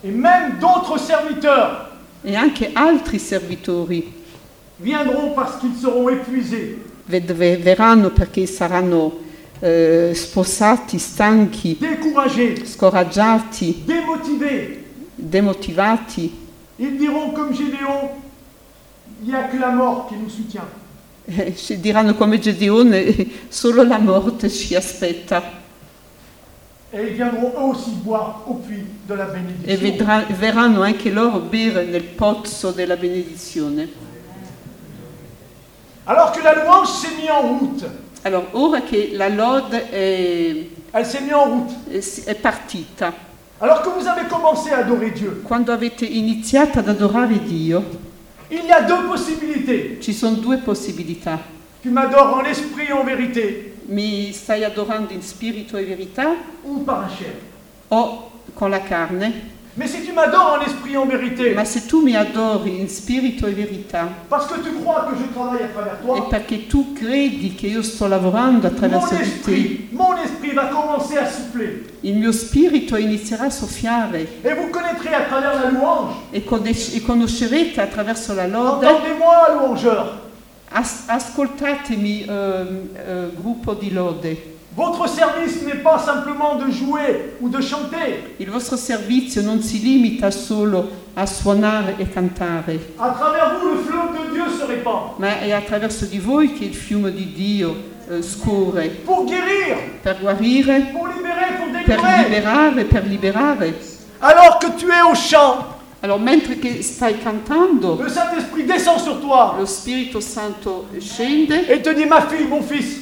[SPEAKER 1] Et même d'autres serviteurs
[SPEAKER 2] E anche altri servitori
[SPEAKER 1] viendront parce qu'ils seront épuisés,
[SPEAKER 2] Ved- ve- verranno perché saranno eh, sposati, stanchi,
[SPEAKER 1] découragés,
[SPEAKER 2] scoraggiati,
[SPEAKER 1] démotivés.
[SPEAKER 2] demotivati.
[SPEAKER 1] Ils diront comme Gédéon, il n'y a que la mort qui nous soutient.
[SPEAKER 2] Eh, ci diranno come Gedeone, <laughs> eh, solo la morte ci aspetta
[SPEAKER 1] Et ils viendront eux aussi boire au puits de la
[SPEAKER 2] e
[SPEAKER 1] bénédiction.
[SPEAKER 2] vedrà- verranno anche loro bere nel pozzo della benedizione.
[SPEAKER 1] Alors que la louange s'est mise en route,
[SPEAKER 2] Allora, ora che la lode è,
[SPEAKER 1] elle s'est mise en route.
[SPEAKER 2] è si- è partita,
[SPEAKER 1] Alors que vous avez commencé à adorer Dieu,
[SPEAKER 2] quando avete iniziato ad adorare Dio,
[SPEAKER 1] il y a deux possibilités.
[SPEAKER 2] ci sono due possibilità.
[SPEAKER 1] Tu m'adores en l'esprit et en vérité,
[SPEAKER 2] Mi stai adorando in spirito e verità
[SPEAKER 1] ou par la chair.
[SPEAKER 2] o con la carne,
[SPEAKER 1] Mais si tu m'adores en esprit et en vérité,
[SPEAKER 2] Ma se tu mi adori in spirito e verità,
[SPEAKER 1] parce que tu crois que je travaille à travers
[SPEAKER 2] è
[SPEAKER 1] toi,
[SPEAKER 2] perché tu credi che io sto lavorando
[SPEAKER 1] mon
[SPEAKER 2] attraverso di te,
[SPEAKER 1] esprit, mon esprit va commencer à souffler.
[SPEAKER 2] il mio spirito inizierà a soffiare
[SPEAKER 1] Et vous connaîtrez à travers la louange.
[SPEAKER 2] e, conosc- e conoscerete attraverso la lode.
[SPEAKER 1] Entendez-moi, louangeur.
[SPEAKER 2] As- ascoltatemi, ehm, eh, gruppo di lode.
[SPEAKER 1] Votre service n'est pas simplement de jouer ou de chanter.
[SPEAKER 2] Il vostro servizio non si limita solo a suonare e cantare,
[SPEAKER 1] À travers vous, le flot de Dieu se répand.
[SPEAKER 2] ma è attraverso di voi che il fiume di Dio eh, scorre
[SPEAKER 1] Pour guérir,
[SPEAKER 2] per guarire,
[SPEAKER 1] pour libérer, pour
[SPEAKER 2] per
[SPEAKER 1] délivrer.
[SPEAKER 2] liberare, per liberare.
[SPEAKER 1] Alors que tu es au chant,
[SPEAKER 2] Allora, mentre che stai cantando,
[SPEAKER 1] le Saint-Esprit descend sur toi
[SPEAKER 2] lo Spirito Santo scende
[SPEAKER 1] et te dit, ma fille, mon fils,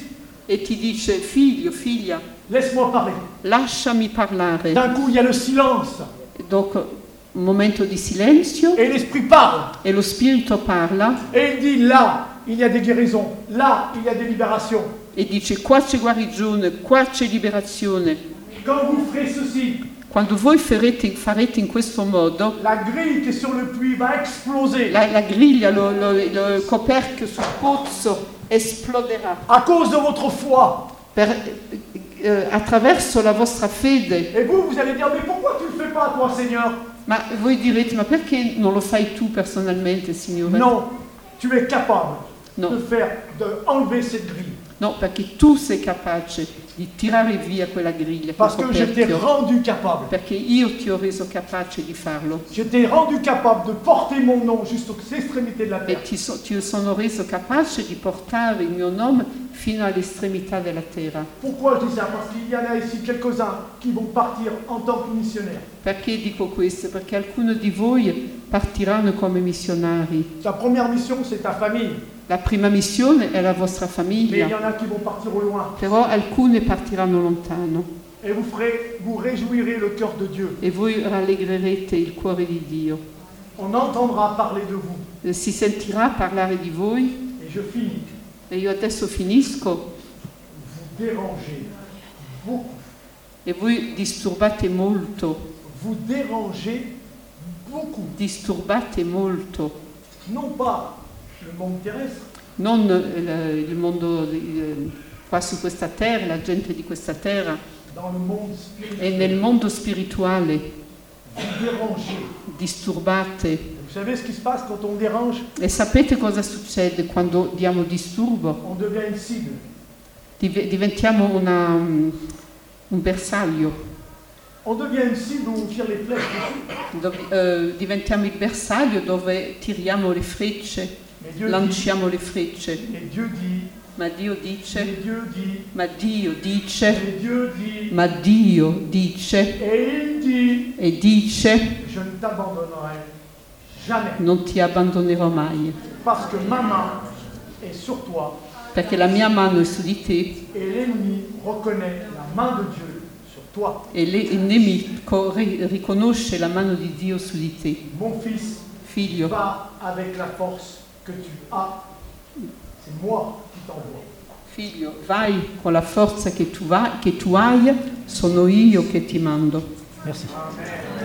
[SPEAKER 2] e ti dice, figlio, figlia,
[SPEAKER 1] laisse-moi parler.
[SPEAKER 2] lasciami parlare.
[SPEAKER 1] D'un coup, il y a le silence
[SPEAKER 2] Dopo un momento di silenzio
[SPEAKER 1] et l'Esprit parle.
[SPEAKER 2] e lo Spirito parla
[SPEAKER 1] Et il dit, là, il y a des guérisons. Là, il y a des libérations.
[SPEAKER 2] e dice, qua c'è guarigione, qua c'è liberazione.
[SPEAKER 1] Quand vous ferez ceci,
[SPEAKER 2] Quando voi farete, farete in questo modo,
[SPEAKER 1] la grille qui est sur le puits va exploser.
[SPEAKER 2] la, la griglia, lo- lo- il coperchio sul pozzo esploderà
[SPEAKER 1] à cause de votre foi.
[SPEAKER 2] per- eh, attraverso la vostra fede.
[SPEAKER 1] Et vous, vous allez dire, mais pourquoi tu ne le fais pas, toi, Seigneur
[SPEAKER 2] Ma voi direte, ma perché non lo fai tu personalmente, Signore?
[SPEAKER 1] Non, tu es capable de
[SPEAKER 2] No,
[SPEAKER 1] faire, de enlever cette grille.
[SPEAKER 2] no, perché tu sei capace di tirare via quella griglia, quel
[SPEAKER 1] Parce que je t'ai
[SPEAKER 2] coperchio,
[SPEAKER 1] rendu capable.
[SPEAKER 2] perché io ti ho reso capace di farlo
[SPEAKER 1] Je t'ai rendu capable de porter mon nom jusqu'aux extrémités de la
[SPEAKER 2] e
[SPEAKER 1] terre.
[SPEAKER 2] ti, so- ti sono reso capace di portare il mio nome fino all'estremità della terra.
[SPEAKER 1] Pourquoi je dis ça Parce qu'il y en a ici quelques-uns qui vont partir en tant que missionnaires.
[SPEAKER 2] Perché dico questo? Perché alcuni di voi partiranno come missionari.
[SPEAKER 1] Ta première mission, c'est ta famille.
[SPEAKER 2] La prima missione è la vostra
[SPEAKER 1] Mais il y
[SPEAKER 2] famiglia,
[SPEAKER 1] en a qui vont partir au loin.
[SPEAKER 2] però alcune partiranno lontano
[SPEAKER 1] Et vous ferez, vous réjouirez le cœur de Dieu.
[SPEAKER 2] e voi rallegrerete il cuore di Dio.
[SPEAKER 1] On entendra parler de vous.
[SPEAKER 2] Eh, si sentirà parlare di voi
[SPEAKER 1] Et je finis.
[SPEAKER 2] e io adesso finisco
[SPEAKER 1] Vous dérangez beaucoup.
[SPEAKER 2] e voi disturbate molto,
[SPEAKER 1] vous dérangez beaucoup,
[SPEAKER 2] disturbate molto,
[SPEAKER 1] non pas le monde terrestre,
[SPEAKER 2] non eh, la- il mondo eh, qua su questa terra, la gente di questa terra
[SPEAKER 1] dans le monde
[SPEAKER 2] e
[SPEAKER 1] spirituel,
[SPEAKER 2] nel mondo spirituale
[SPEAKER 1] dérangé.
[SPEAKER 2] disturbate.
[SPEAKER 1] Vous savez ce qui se passe quand on dérange
[SPEAKER 2] E sapete cosa succede quando diamo disturbo?
[SPEAKER 1] On devient une cible.
[SPEAKER 2] Div- diventiamo una, um, un bersaglio,
[SPEAKER 1] On devient une cible où on tire les flèches dessus.
[SPEAKER 2] Dov- eh, diventiamo il bersaglio dove tiriamo le frecce,
[SPEAKER 1] Mais Dieu dit,
[SPEAKER 2] lanciamo le frecce.
[SPEAKER 1] et Dieu dit,
[SPEAKER 2] Ma Dio
[SPEAKER 1] et
[SPEAKER 2] dice,
[SPEAKER 1] Dieu dit,
[SPEAKER 2] ma Dio dice,
[SPEAKER 1] et Dieu dit,
[SPEAKER 2] ma Dio dice
[SPEAKER 1] et il dit,
[SPEAKER 2] e dice
[SPEAKER 1] je ne t'abandonnerai jamais.
[SPEAKER 2] non ti abbandonerò mai,
[SPEAKER 1] Parce que ma main est sur toi
[SPEAKER 2] perché la mia mano è su di te
[SPEAKER 1] et l'ennemi reconnaît la main de Dieu sur toi.
[SPEAKER 2] e le- il nemico ri- riconosce la mano di Dio su di te.
[SPEAKER 1] Mon fils,
[SPEAKER 2] Figlio,
[SPEAKER 1] va avec la force que tu as. C'est moi qui t'envoie.
[SPEAKER 2] figlio, vai con la forza che tu, vai- che tu hai, sono io che ti mando.
[SPEAKER 1] Merci.